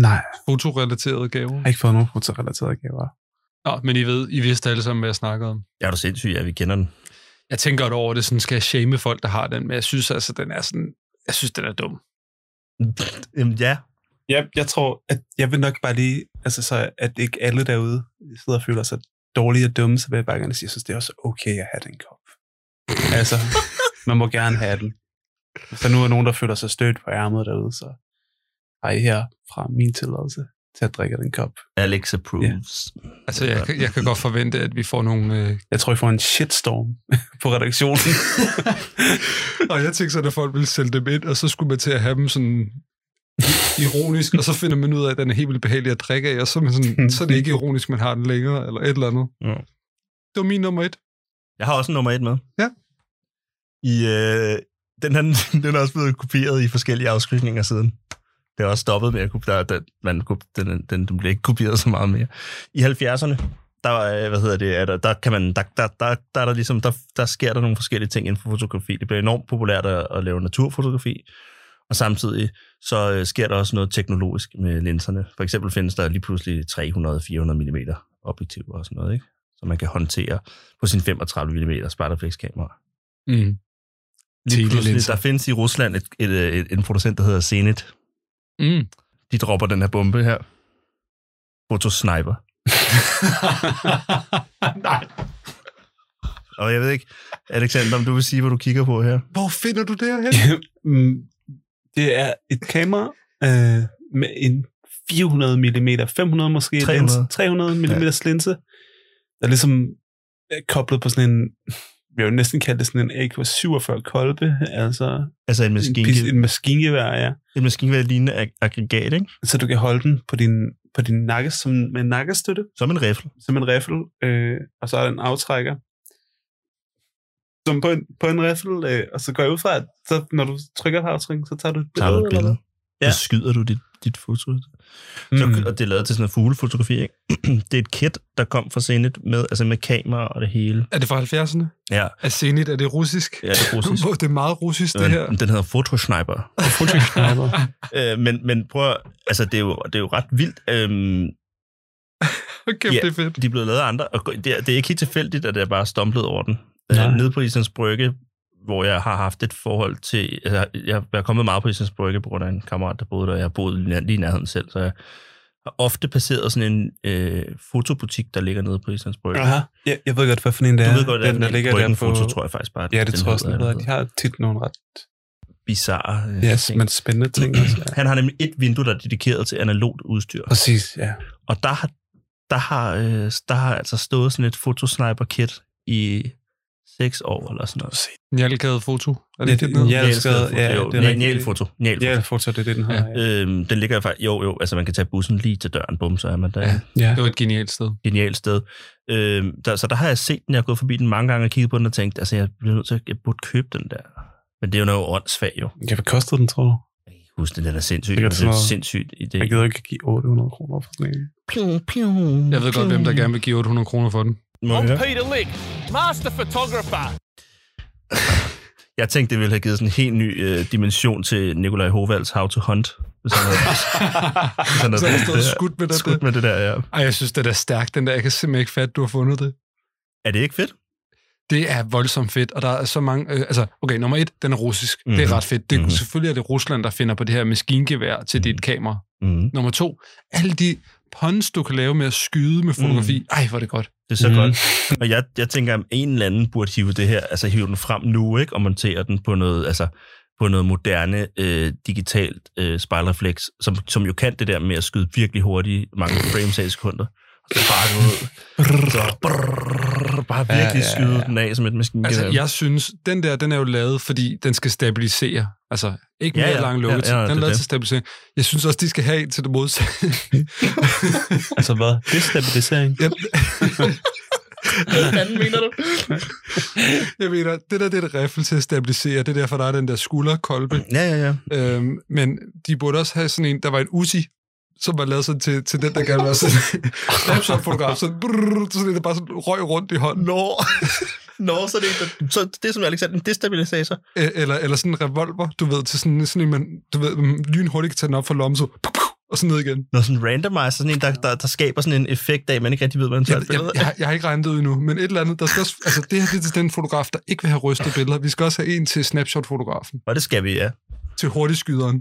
Nej,
Fotorelaterede gaver?
jeg har ikke fået nogen fotorelaterede gaver.
Nå, men I ved, I vidste alle sammen, hvad jeg snakkede om.
Ja, er du sindssyg, at vi kender den.
Jeg tænker godt over det, sådan skal jeg shame folk, der har den, men jeg synes altså, den er sådan... Jeg synes, den er dum.
Jamen, ja.
Jeg, jeg tror, at jeg vil nok bare lige, altså så, at ikke alle derude sidder og føler sig dårlige og dumme, så vil jeg bare gerne sige, jeg synes, det er også okay at have den kop. Altså, man må gerne have den. Hvis der nu er nogen, der føler sig stødt på ærmet derude, så har I her fra min tilladelse til at drikke den kop.
Alex approves.
Ja.
Altså, jeg, kan- jeg kan godt forvente, at vi får nogle... Øh...
Jeg tror, I får en shitstorm på redaktionen.
og jeg tænkte sådan, at folk ville sælge dem ind, og så skulle man til at have dem sådan ironisk, og så finder man ud af, at den er helt vildt behagelig at drikke af, og så er, man sådan, så er det ikke ironisk, man har den længere, eller et eller andet.
Ja.
Det var min nummer et.
Jeg har også en nummer et med.
Ja.
I, øh, den, her, den er også blevet kopieret i forskellige afskriftninger siden. Det er også stoppet med at kopiere. Der, der, man, kop- den, den, den bliver ikke kopieret så meget mere. I 70'erne, der, var, øh, hvad hedder det, er der, der kan man, der, der, der, der, er der, ligesom, der, der sker der nogle forskellige ting inden for fotografi. Det bliver enormt populært at, at lave naturfotografi, og samtidig så øh, sker der også noget teknologisk med linserne. For eksempel findes der lige pludselig 300-400 mm objektiver og sådan noget, ikke? så man kan håndtere på sin 35 mm spejderflex-kamera.
Mm.
Lige pludselig,
Telelinser.
der findes i Rusland et, et, et, en producent, der hedder Zenit.
Mm.
De dropper den her bombe her. Fotosniper.
Nej.
Og jeg ved ikke, Alexander, om du vil sige, hvad du kigger på her?
Hvor finder du det her?
Mm, det er et kamera øh, med en 400 mm, 500 måske
300.
linse, 300 mm ja. linse, der ligesom er koblet på sådan en, vi vil jo næsten kalde det sådan en AK-47 kolbe, altså
Altså en
pis-
maskine.
en maskingevær, ja.
En maskingevær lignende ag- aggregat, ikke?
Så du kan holde den på din, på din nakke som, med en nakkestøtte,
Som en rifle.
som en riffel, øh, og så er der en aftrækker, som på en, på en riffel, øh, og så går jeg ud fra, at så, når du trykker på aftrækken, så tager du et
Tager du et
eller hvad?
billede.
Ja.
Ja. Så skyder du dit, dit foto. Så,
Mm.
og det er lavet til sådan en fuglefotografi, ikke? det er et kit, der kom fra Zenit med, altså med kamera og det hele.
Er det fra 70'erne?
Ja,
Er Zenit, er det russisk?
ja det er russisk.
Hvor- Det er meget russisk, det her.
Den, den hedder Fotosniper. øh, men, men prøv at, altså det er jo, det er jo ret vildt. Øhm,
Kæft,
Ja.
det er fedt.
de er blevet lavet af andre, og det er, det er ikke helt tilfældigt, at jeg bare er stumplet over den.
Nej.
Øh, nede på Islands Brygge, hvor jeg har haft et forhold til... Altså, jeg, jeg er kommet meget på Islands Brygge på grund af en kammerat, der boede der. Jeg har boet lige nær- lige i nærheden selv, så jeg har ofte passeret sådan en øh, fotobutik, der ligger nede på Islands Brygge.
Aha. Ja, jeg ved godt, hvad for en det
Du
er.
ved godt, at
den, der ligger
Bryggen
der på...
foto, tror jeg faktisk bare.
Ja, det tror jeg
hedder,
sådan
eller
noget. De har tit nogle ret
Bizarre øh,
yes,
ting.
men spændende ting også. Ja.
Han har nemlig et vindue, der er dedikeret til analogt udstyr.
Præcis, ja.
Og der har, der har, øh, der har altså stået sådan et fotosniper-kit i seks år eller sådan noget.
Njalkade foto. Er det
Ja,
ikke det, den hedder?
ja. Jeg elsker-
Njalskade foto.
ja,
Jo,
det er rigtigt.
Njalfoto.
Ja,
Njalfoto.
foto, det er det, den hedder. Ja.
Øhm, den ligger faktisk, jo jo, altså man kan tage bussen lige til døren, bum, så er man der. Ja.
ja.
Det var et genialt sted.
Genialt sted. Øhm, der, så der har jeg set den, jeg har gået forbi den mange gange og kigget på den og tænkt, altså jeg bliver nødt til at, jeg burde købe den der. Men det er jo noget åndssvag jo.
Ja, hvad kostede den, tror du?
Husk, den er sindssyg. Det
Det kan
er
sådan noget-
sindssygt i
Jeg
det.
gider ikke give 800 kroner for sådan en.
Jeg ved godt, hvem der gerne vil give 800 kroner for den.
Må vi
One
høre?
pay to lick. Master photographer.
Jeg tænkte, det ville have givet sådan en helt ny øh, dimension til Nikolaj Hovalds How to Hunt. Hvis han havde, hvis han havde
Så har jeg
brugt
stået
det her.
skudt med det.
skudt med det der, ja.
Ej, jeg synes, det er stærkt, den der. Jeg kan simpelthen ikke fatte, du har fundet det.
Er det ikke fedt?
Det er voldsomt fedt, og der er så mange... Øh, altså, okay, nummer et, den er russisk. Mm-hmm. Det
Mhm.
er ret fedt. Det,
Mhm.
mm-hmm. Selvfølgelig er det Rusland, der finder på det her maskingevær til dit kamera.
Mm.
Nummer to, alle de puns, du kan lave med at skyde med fotografi.
Mhm.
Ej, hvor er det godt.
Det er så
Mm.
mm. godt. Og jeg, jeg tænker, om en eller anden burde hive det her, altså hive den frem nu, ikke? Og montere den på noget, altså på noget moderne øh, digitalt øh, spejlrefleks, som, som jo kan det der med at skyde virkelig hurtigt mange frames af i sekunder. Så bare, du ved, så brrr, bare virkelig
Ja, ja,
skyde den af som et maskingevær.
Altså, jeg synes, den der, den er jo lavet, fordi den skal stabilisere. Altså, ikke
Ja,
mere
ja.
lang
Ja,
lukketid.
ja,
den
det
er
er
lavet
det.
til stabilisering. Jeg synes også, de skal have en til det modsatte.
altså hvad? Destabilisering?
Yep.
Hvad fanden mener du?
Jeg mener, det der det er et riffel til at stabilisere, det er derfor, der er den der skulderkolbe.
Ja, ja,
ja. Øhm, men de burde også have sådan en, der var en Uzi, som var lavet sådan til, til den, der gerne var sådan en fotograf, sådan, brrr, sådan en, der bare sådan røg rundt i hånden.
Nå, Nå, så det, er- så det er som Alexander, en destabilisator.
Øh, eller, eller sådan en revolver, du ved, til sådan, sådan en, man du ved, man lynhurtigt kan tage den op fra lommen, så, og så ned igen.
Nå, sådan en randomizer, sådan en, der, der, der skaber sådan en effekt af, at man ikke rigtig ved, hvordan man tager
Jeg,
et
jeg,
billede.
jeg, har- jeg har ikke regnet det ud endnu, men et eller andet, der skal også, altså det her det er til den fotograf, der ikke vil have rystede billeder. Vi skal også have en til snapshot-fotografen,
Og det skal vi, ja.
til hurtigskyderen.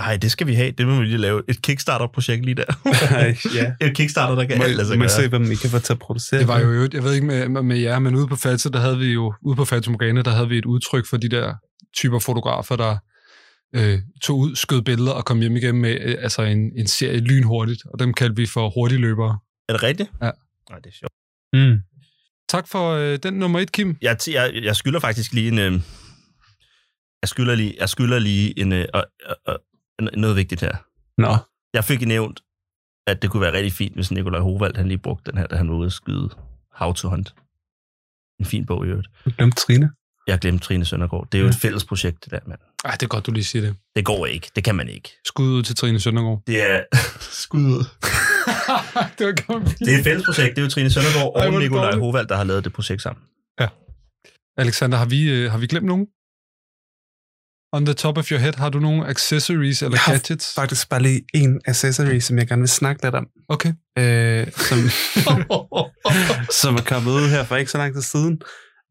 Nej, det skal vi have. Det må vi lige lave. Et Kickstarter-projekt lige der.
Ej, ja.
Et Kickstarter, der kan
Må,
alt lade sig
må
gøre.
jeg se, hvad man kan få til at producere?
Det var jo i øvrigt, jeg ved ikke med, med- med jer, men ude på Fatse, der havde vi jo, ude på Fatse Morgana, der havde vi et udtryk for de der typer fotografer, der øh, tog ud, skød billeder og kom hjem igen med øh, altså en, en serie lynhurtigt, og dem kaldte vi for hurtigløbere.
Er det rigtigt?
Ja.
Nej, det er sjovt.
Mm.
Tak for øh, den nummer et, Kim.
Jeg, t- jeg, jeg skylder faktisk lige en... Øh, jeg skylder lige, jeg skylder lige en, øh, og- og- og- n- noget vigtigt her.
Nå.
Jeg fik nævnt, at det kunne være rigtig fint, hvis Nikolaj Hovald han lige brugte den her, da han var ude at skyde How to Hunt. En fin bog i øvrigt.
Du glemte Trine.
Jeg glemte Trine Søndergaard. Det er jo et fælles projekt, det der, mand.
Ej, det er godt, du lige siger det.
Det går ikke. Det kan man ikke.
Skud ud til Trine Søndergaard.
Det er skud ud.
det var kommet.
Det er et fælles projekt. Det er jo Trine Søndergaard
Ej, hvor er
og
det
Nikolaj
dårligt.
Hovald, der har lavet det projekt sammen.
Alexander, har vi, øh, har vi glemt nogen? On the top of your head, har du nogle accessories eller
Jeg har
gadgets?
faktisk bare lige en accessory, som jeg gerne vil snakke lidt om.
Okay.
Øh, som, som er kommet ud her for ikke så lang tid siden.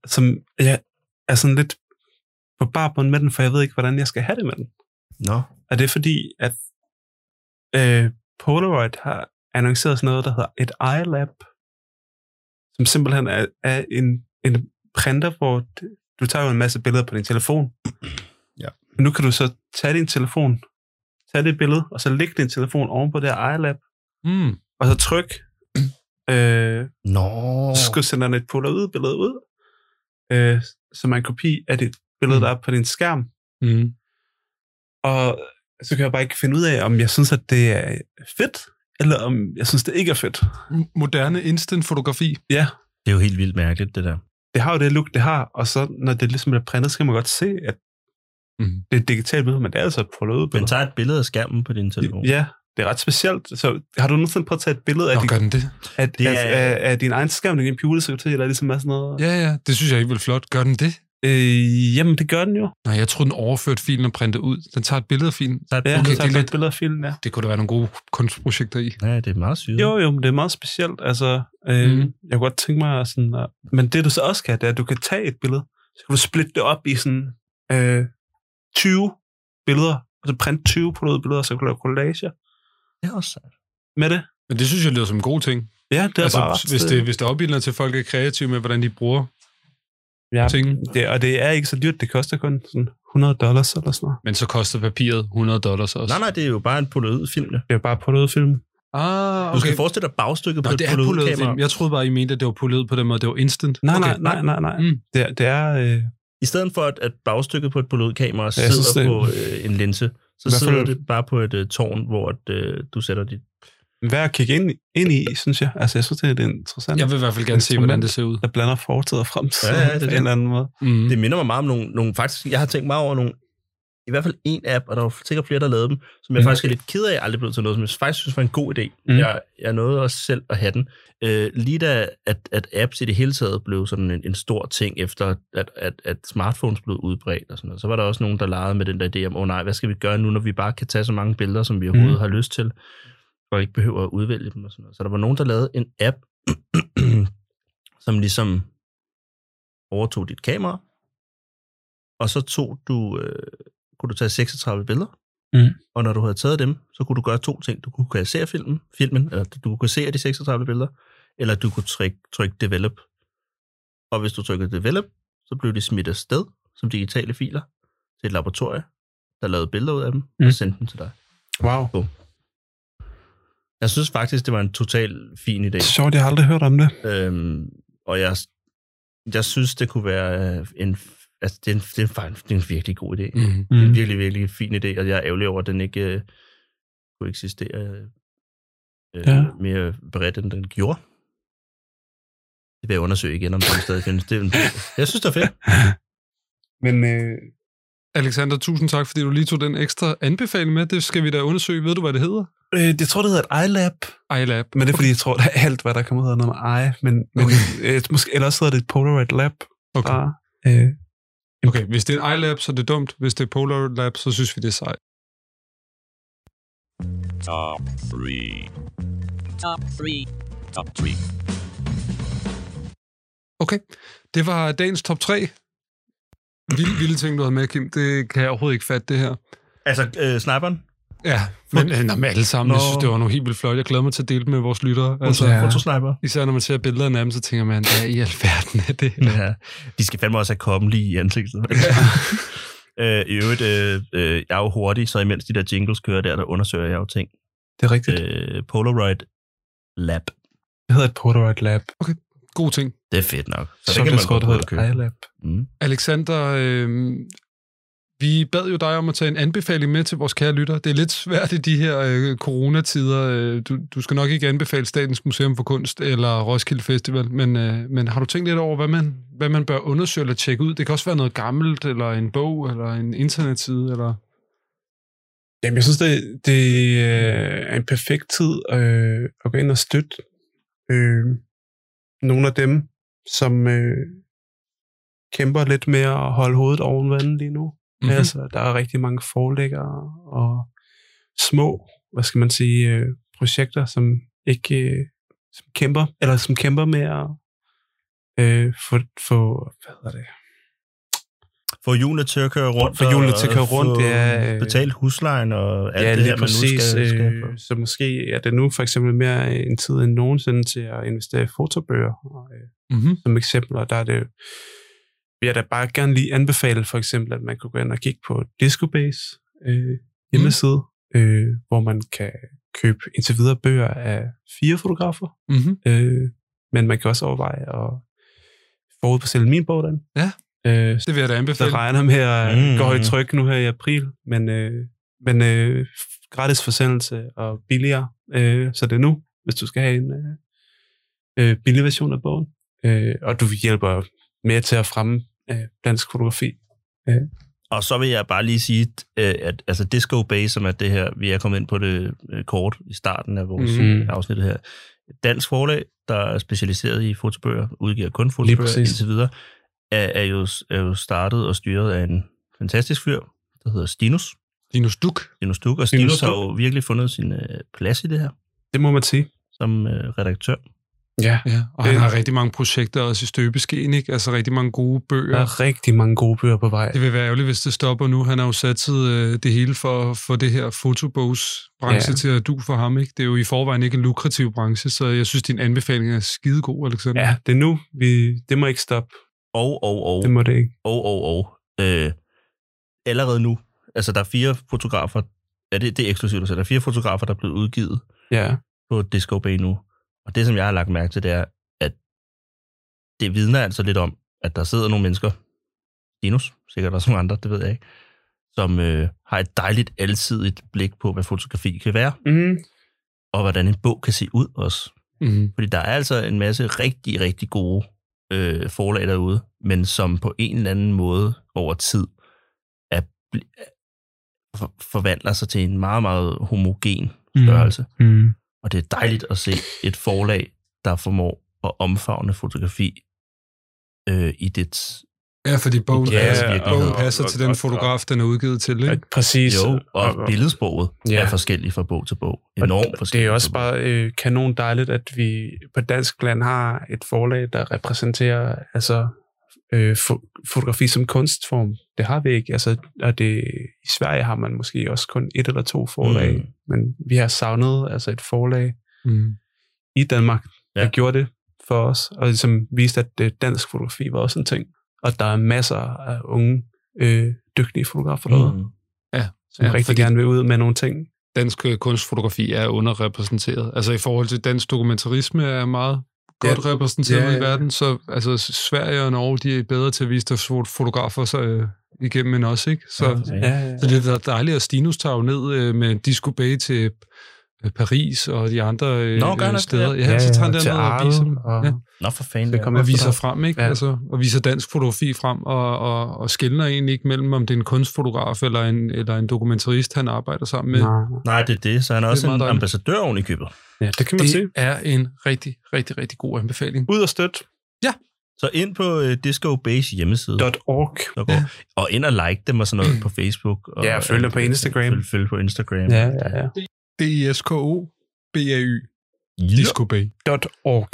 Som jeg er sådan lidt på barbund med den, for jeg ved ikke, hvordan jeg skal have det med den.
Nå.
Og det er fordi, at øh, Polaroid har annonceret sådan noget, der hedder et iLab, som simpelthen er, er en, en printer, hvor d- du tager jo en masse billeder på din telefon.
Ja.
Men nu kan du så tage din telefon, tage det billede, og så lægge din telefon oven på det her iLab,
Mm.
og så tryk, øh,
Nå.
så skal sende den et polaroid-billede ud, øh, som er en kopi af det billede, der er på din skærm.
Mm.
Og så kan jeg bare ikke finde ud af, om jeg synes, at det er fedt, eller om jeg synes, det ikke er fedt.
M- Moderne instant-fotografi.
Ja,
Det er jo helt vildt mærkeligt, det der.
det har jo det look, det har, og så når det ligesom bliver printet, så kan man godt se, at
Mm.
det er et digitalt billede, men det er altså et prøvet
Man
billede.
tager et billede af skærmen på din telefon.
Ja, det er ret specielt. Så har du nogensinde prøvet at tage et billede af,
Nå,
din,
gør den det?
af,
Det er-
af, af, af din egen skærm, din computer, så kan du se, at der ligesom er sådan noget?
Ja, ja, det synes jeg ikke vil flot. Gør den det?
Øh, jamen, det gør den jo.
Nej, jeg troede, den overførte filen og printede ud. Den tager et billede af filen.
Tager et
Ja,
Okay,
okay,
det
så
er
det er
lidt-
et billede af filmen, ja.
Det kunne da være nogle gode kunstprojekter i.
Ja, det er meget sygt.
Jo, jo, men det er meget specielt. Altså, øh,
Mhm.
mm. Jeg kunne godt tænke mig at sådan... At, men det du så også kan, det er, at du kan tage et billede, så kan du splitte det op i sådan øh, 20 billeder, og så printe 20 på billeder, og så kan du lave collager
Det er også sejt.
med det.
Men det synes jeg lyder som en god ting.
Ja, det er
altså,
altså, bare ret,
hvis, det, hvis det opildner til, at folk er kreative med, hvordan de bruger
ja,
ting.
det, og det er ikke så dyrt. Det koster kun sådan 100 dollars eller sådan noget.
Men så koster papiret 100 dollars også.
Nej, nej, det er jo bare en polaroid film. Okay.
Det er bare på film.
Ah, okay.
Du skal forestille dig bagstykket
Nå,
på et
det er
polaroid
polaroid
kamera.
film. Jeg troede bare, I mente, at det var polaroid på den måde. Det var instant.
Nej, okay. nej, nej, nej, nej.
Mm.
Mm. Det, er- det er... Øh,
I stedet for, at, at bagstykket på et polaroid kamera sidder
synes, det-
på øh, en linse, så
I hvert
sidder
fald-
det bare på et øh, tårn, hvor at, øh, du sætter dit...
værd at kigge ind, i- ind i, synes jeg. Altså, jeg synes, det er interessant.
Jeg vil i hvert fald gerne se, hvordan det ser ud.
der blander fortid og fremtid
Ja, ja, det er
på en
det.
eller anden måde.
Mm.
Det minder mig meget om nogle, nogle... Faktisk, jeg har tænkt meget over nogle... I hvert fald en app, og der var sikkert flere, der lavede dem, som jeg
Mm.
faktisk er lidt ked af, aldrig blev til noget, som jeg faktisk synes var en god idé.
Mm.
Jeg, jeg nåede også selv at have den. Øh, lige da at, at apps i det hele taget blev sådan en, en stor ting, efter at, at, at smartphones blev udbredt og sådan noget, så var der også nogen, der legede med den der idé om, åh oh, nej, hvad skal vi gøre nu, når vi bare kan tage så mange billeder, som vi overhovedet mm. har lyst til, og ikke behøver at udvælge dem og sådan noget. Så der var nogen, der lavede en app, som ligesom overtog dit kamera, og så tog du, øh, kunne du tage 36 billeder,
Mm.
og når du havde taget dem, så kunne du gøre to ting. Du kunne kassere filmen, filmen eller du kunne kassere de 36 billeder, eller du kunne trykke tryk develop. Og hvis du trykkede develop, så blev de smidt afsted som digitale filer til et laboratorie, der lavede billeder ud af dem mm.
Mm.
og sendte dem til dig.
Wow.
Jeg synes faktisk, det var en total fin idé.
Sjovt, jeg har aldrig hørt om det.
Øhm, og jeg, jeg synes, det kunne være øh, en... Altså, det er en, det er en, fejl- det er en virkelig god idé.
Mhm.
Det er
Mhm.
en virkelig, virkelig fin idé, og jeg er ærgerlig over, at den ikke øh, kunne eksistere øh,
Ja.
ja. mere bredt, end den gjorde. Det vil jeg undersøge igen, om den stadig findes. Det er en, jeg synes, det er fedt.
Men øh,
Alexander, tusind tak, fordi du lige tog den ekstra anbefaling med. Det skal vi da undersøge. Ved du, hvad det hedder?
øh, jeg tror, det hedder et iLab.
iLab.
Men det er, fordi jeg tror, at alt, hvad der kommer, hedder noget med i. Men, men øh, måske, ellers hedder det et Polaroid Lab.
Okay.
Bare, øh,
Okay, hvis det er en iLab, så er det dumt. Hvis det er Polar Lab, så synes vi, det er sejt.
Top three. Top three. Top three.
Okay, det var dagens top 3. Vilde, vilde ting, du havde med, Kim. Det kan jeg overhovedet ikke fatte, det her.
Altså, øh, sniperen?
Ja, men, øh, nå, men alle sammen, Nå. jeg
Nå.
synes, det var nogle helt vildt flot. Jeg glæder mig til at dele det med vores lyttere.
Altså,
ja.
fotosniper.
Især når man ser billederne af dem, så tænker man, hvad i alverden er det?
Ja. De skal fandme også have kommet lige i ansigtet. øh, I øvrigt, øh, øh, jeg er jo hurtig, så imens de der jingles kører der, der undersøger jeg jo ting.
det er rigtigt.
Øh, Polaroid Lab.
Det hedder et Polaroid Lab.
God ting.
Det er fedt nok. Så,
Så,
så
så
det kan
jeg
man
tror,
godt
det
ud og
hedder
købe.
et iLab.
Mm.
Alexander, øh, vi bad jo dig om at tage en anbefaling med til vores kære lytter. Det er lidt svært i de her øh, coronatider. Øh, Du, du skal nok ikke anbefale Statens Museum for Kunst eller Roskilde Festival, men, øh, men har du tænkt lidt over, hvad man, hvad man bør undersøge eller tjekke ud? Det kan også være noget gammelt, eller en bog, eller en internetside, eller...
Jamen, jeg synes, det, det øh, er en perfekt tid øh, at gå ind og støtte øh, nogle af dem, som øh, kæmper lidt med at holde hovedet oven vandet lige nu. Mm-hmm.
Mhm.
Altså, der er rigtig mange forlæggere og små, hvad skal man sige, øh, projekter, som ikke øh, som kæmper, eller som kæmper med at øh, få, få, hvad hedder det,
Få julene til at køre rundt.
Få hjulene
og-
til at køre
og
rundt,
få
ja, øh.
Betalt huslejen og alt
ja,
det
lige
her, man nu
præcis.
skal, skal
øh, så måske er det nu for eksempel mere en tid end nogensinde til at investere i fotobøger. Og, øh,
Mhm.
Mm-hmm.
som eksempler, der er det vil jeg da bare gerne lige anbefale for eksempel, at man kunne gå ind og kigge på Discobase
Mhm.
øh, hjemmeside, mm. øh, hvor man kan købe indtil videre bøger af fire fotografer,
Mm-hmm.
øh, men man kan også overveje at forudbestille min bog den.
Ja.
Øh,
Det vil jeg da
så
anbefale.
regner med at
Mm.
mm. gå i tryk nu her i april, men, øh, men øh, gratis forsendelse og billigere, øh, så det er nu, hvis du skal have en øh, øh, billig version af bogen. Øh, og du hjælper med til at fremme øh, dansk fotografi.
Og så vil jeg bare lige sige, øh, at altså Disco Bay, som er det her, vi er kommet ind på det øh, kort i starten af vores
Mhm.
mm. afsnit her, et dansk forlag, der er specialiseret i fotobøger, udgiver kun fotobøger
præcis.
indtil videre, er, er, jo, er jo startet og styret af en fantastisk fyr, der hedder Stinus.
Linus Duk.
Stinus Duk, og
Stinus
Stinus har
Duk.
jo virkelig fundet sin øh, plads i det her,
Det må man sige.
som øh, redaktør.
Ja.
Ja, og
Det-
han har rigtig mange projekter også i støbeskeen, ikke? Altså rigtig mange gode bøger.
Der er rigtig mange gode bøger på vej.
Det vil være ærgerligt, hvis det stopper nu. Han har jo satset øh, det hele for at få det her fotobogsbranche ja.
Ja.
til at du for ham. Ikke? Det er jo i forvejen ikke en lukrativ branche, så jeg synes, din anbefaling er skidegod, Alexander.
Ja, det er nu. Vi, det må ikke stoppe.
Og, og, og.
Det må det ikke.
og, og, og. Øh, allerede nu, altså der er fire fotografer, ja, det, det er eksklusivt, så der er fire fotografer, der er blevet udgivet
Ja.
på Disco Bay nu. Og det, som jeg har lagt mærke til, det er, at det vidner altså lidt om, at der sidder nogle mennesker, Linus, sikkert også nogle andre, det ved jeg ikke, som øh, har et dejligt alsidigt blik på, hvad fotografi kan være,
Mm.
og hvordan en bog kan se ud også.
Mm.
Fordi der er altså en masse rigtig, rigtig gode øh, forlag derude, men som på en eller anden måde over tid er, bl- øh, for, forvandler sig til en meget, meget homogen størrelse. Mm.
Mm.
Og det er dejligt at se et forlag, der formår at omfavne fotografi øh, i dets...
ja fordi bogen,
Ja,
ja, altså,
og-
bogen passer
og-
til den
og-
fotograf, den er udgivet til.
Ja,
Ikke?
præcis.
Jo, og billedsproget
Ja.
ja. er forskelligt fra bog til bog.
Og
Enormt
det er
forskelligt.
jo også
fra bog.
bare øh, kanon dejligt, at vi på dansk land har et forlag, der repræsenterer altså, øh, fo- fotografi som kunstform. Det har vi ikke. Altså, og det, I Sverige har man måske også kun et eller to forlag,
Mm.
mm. men vi har savnet altså, et forlag
Mm.
i Danmark, der
Ja.
gjorde det for os, og ligesom viste, at øh, dansk fotografi var også en ting. Og der er masser af unge, øh, dygtige fotografer derude,
Mm.
som
Ja,
rigtig
fordi-
gerne vil ud med nogle ting.
dansk øh, kunstfotografi er underrepræsenteret. Altså i forhold til dansk dokumentarisme er meget
Ja.
godt repræsenteret
Ja, ja,
i
ja.
verden, så altså, Sverige og Norge, de er bedre til at vise deres fot- fotografer sig øh, igennem end os, ikke? Så,
Ja, ja, ja.
så det er da dejligt, at Stinus tager jo ned øh, med Disco Bay til øh, Paris og de andre øh,
Nå, gør han
øh,
også
steder.
det?
Ja, ja, så tager han
Ja,
derned
til
og viser dem.
Arles
Ja
Nå for fanden.
det og viser frem, ikke? Ja. Altså, og viser dansk fotografi frem, og, og, og skældner egentlig ikke mellem, om det er en kunstfotograf eller en, eller en dokumentarist, han arbejder sammen med.
Nej, det er det. Så han er
Det er
også
meget
en
dejligt.
ambassadør oven i købet.
Ja, det kan
det er en rigtig, rigtig, rigtig god anbefaling.
Ud og støtte.
Ja.
Så ind på uh, Disco Base hjemmeside.
.org.
Ja. Og ind og like dem og sådan noget på Facebook. Og
Ja, følg dem på Instagram.
Følg, følg på Instagram.
Ja, ja, ja.
D-I-S-K-O B-A-Y
Ja.
Disco Bay.
Dot .org.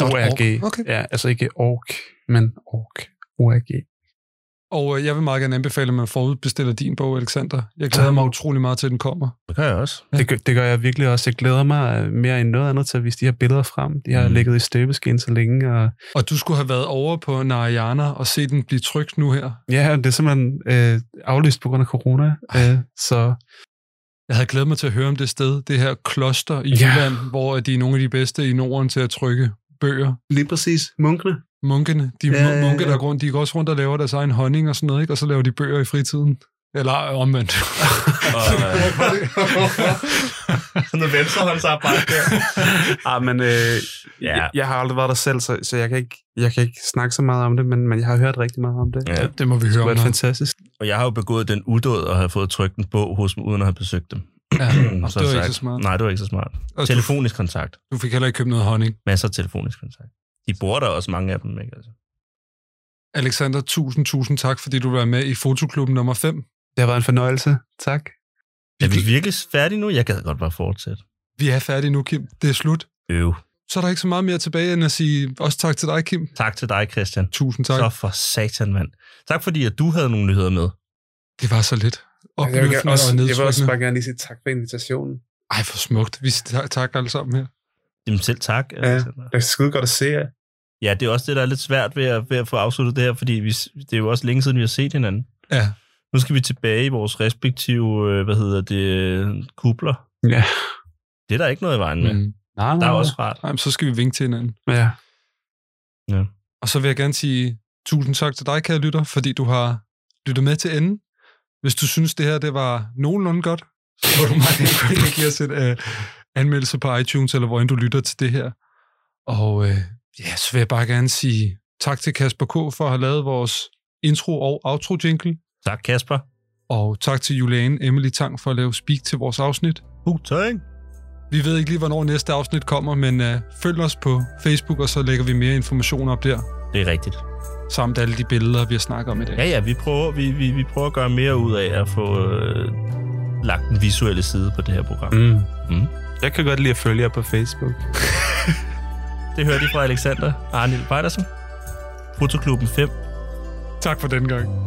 Dot
.org.
org, okay.
Ja, altså ikke org, men org. .org.
Og øh, jeg vil meget gerne anbefale, at man forudbestiller din bog, Alexander. Jeg glæder mig utrolig meget til, at den kommer.
Det gør jeg også.
Det, gør, det gør jeg virkelig også. Jeg glæder mig øh, mere end noget andet til at vise de her billeder frem. De har
Mm.
mm. ligget i støbeskeen så længe. Og,
Og du skulle have været over på Narayana og se den blive trygt nu her.
ja, det er simpelthen øh, aflyst på grund af corona. Øh, så
Jeg havde glædet mig til at høre om det sted, det her kloster i
Ja.
Jylland, hvor de er nogle af de bedste i Norden til at trykke bøger.
Lige præcis. Munkene.
Munkene. De
Ja, ja,
ja,
ja.
munke, der går rundt, de går også rundt og laver deres egen honning og sådan noget, ikke? og så laver de bøger i fritiden. Eller øh, omvendt.
Sådan noget venstrehåndsarbejde der.
ah, men, øh,
Ja.
jeg, jeg har aldrig været der selv, så, så jeg, kan ikke, jeg kan ikke snakke så meget om det, men, men jeg har hørt rigtig meget om det.
Ja.
det må vi
Det
høre
har
om.
været
nu.
fantastisk.
Og jeg har jo begået den udåd og har fået trykt en bog hos dem, uden at have besøgt dem.
Ja, og
Så
det var
sagt,
ikke så smart.
Nej, det var ikke så smart.
Og
Telefonisk kontakt.
Du fik heller ikke købt noget honning.
Masser af telefonisk kontakt. De bor der også mange af dem, ikke? Altså.
Alexander, tusind, tusind tak, fordi du var med i Fotoklubben nummer 5.
Det har været en fornøjelse. Tak.
Er vi virkelig færdige nu? Jeg gad godt bare fortsætte.
Vi er færdige nu, Kim. Det er slut.
Øv.
Så er der ikke så meget mere tilbage, end at sige også tak til dig, Kim.
Tak til dig, Christian.
Tusind tak.
Så
Så.
for satan, mand. Tak fordi, at du havde nogle nyheder med.
Det var så lidt.
Jeg vil,
Opløftende
gerne, også,
og
jeg vil også
nedtrykkende.
bare gerne lige sige tak for invitationen.
Ej, hvor smukt. Vi siger tak alle sammen her.
Jamen selv tak.
Ja,
Alexander.
det er skide godt at se jer.
ja, det er også det, der er lidt svært ved at, ved at få afsluttet det her, fordi vi, s- det er jo også længe siden, vi har set hinanden.
Ja.
Nu skal vi tilbage i vores respektive, øh, hvad hedder det, øh, kubler.
Ja.
Det er der ikke noget i vejen med. Mm.
Mm.
Nej,
Der er også rart.
Ej, men så skal vi vinke til hinanden.
Ja.
Og så vil jeg gerne sige tusind tak til dig, kære lytter, fordi du har lyttet med til enden. Hvis du synes, det her det var nogenlunde godt, så må du meget gerne gå ind og give os en øh, anmeldelse på iTunes, eller hvor end du lytter til det her. Og øh, ja, så vil jeg bare gerne sige tak til Kasper K. for at have lavet vores intro- og outro-jingle.
Tak, Kasper.
Og tak til Juliane Emily Tang for at lave speak til vores afsnit.
Hu, tøjing.
Vi ved ikke lige, hvornår næste afsnit kommer, men øh, følg os på Facebook, og så lægger vi mere information op der,
Det er rigtigt.
samt alle de billeder, vi har snakket om i dag.
Ja, ja, vi prøver, vi, vi, vi prøver at gøre mere ud af at få øh, lagt den visuelle side på det her program. Mm. Mm.
Jeg kan godt lide at følge jer på Facebook.
Det hørte I fra Alexander Arnil Pejdersen. Fotoklubben 5.
Tak for den gang.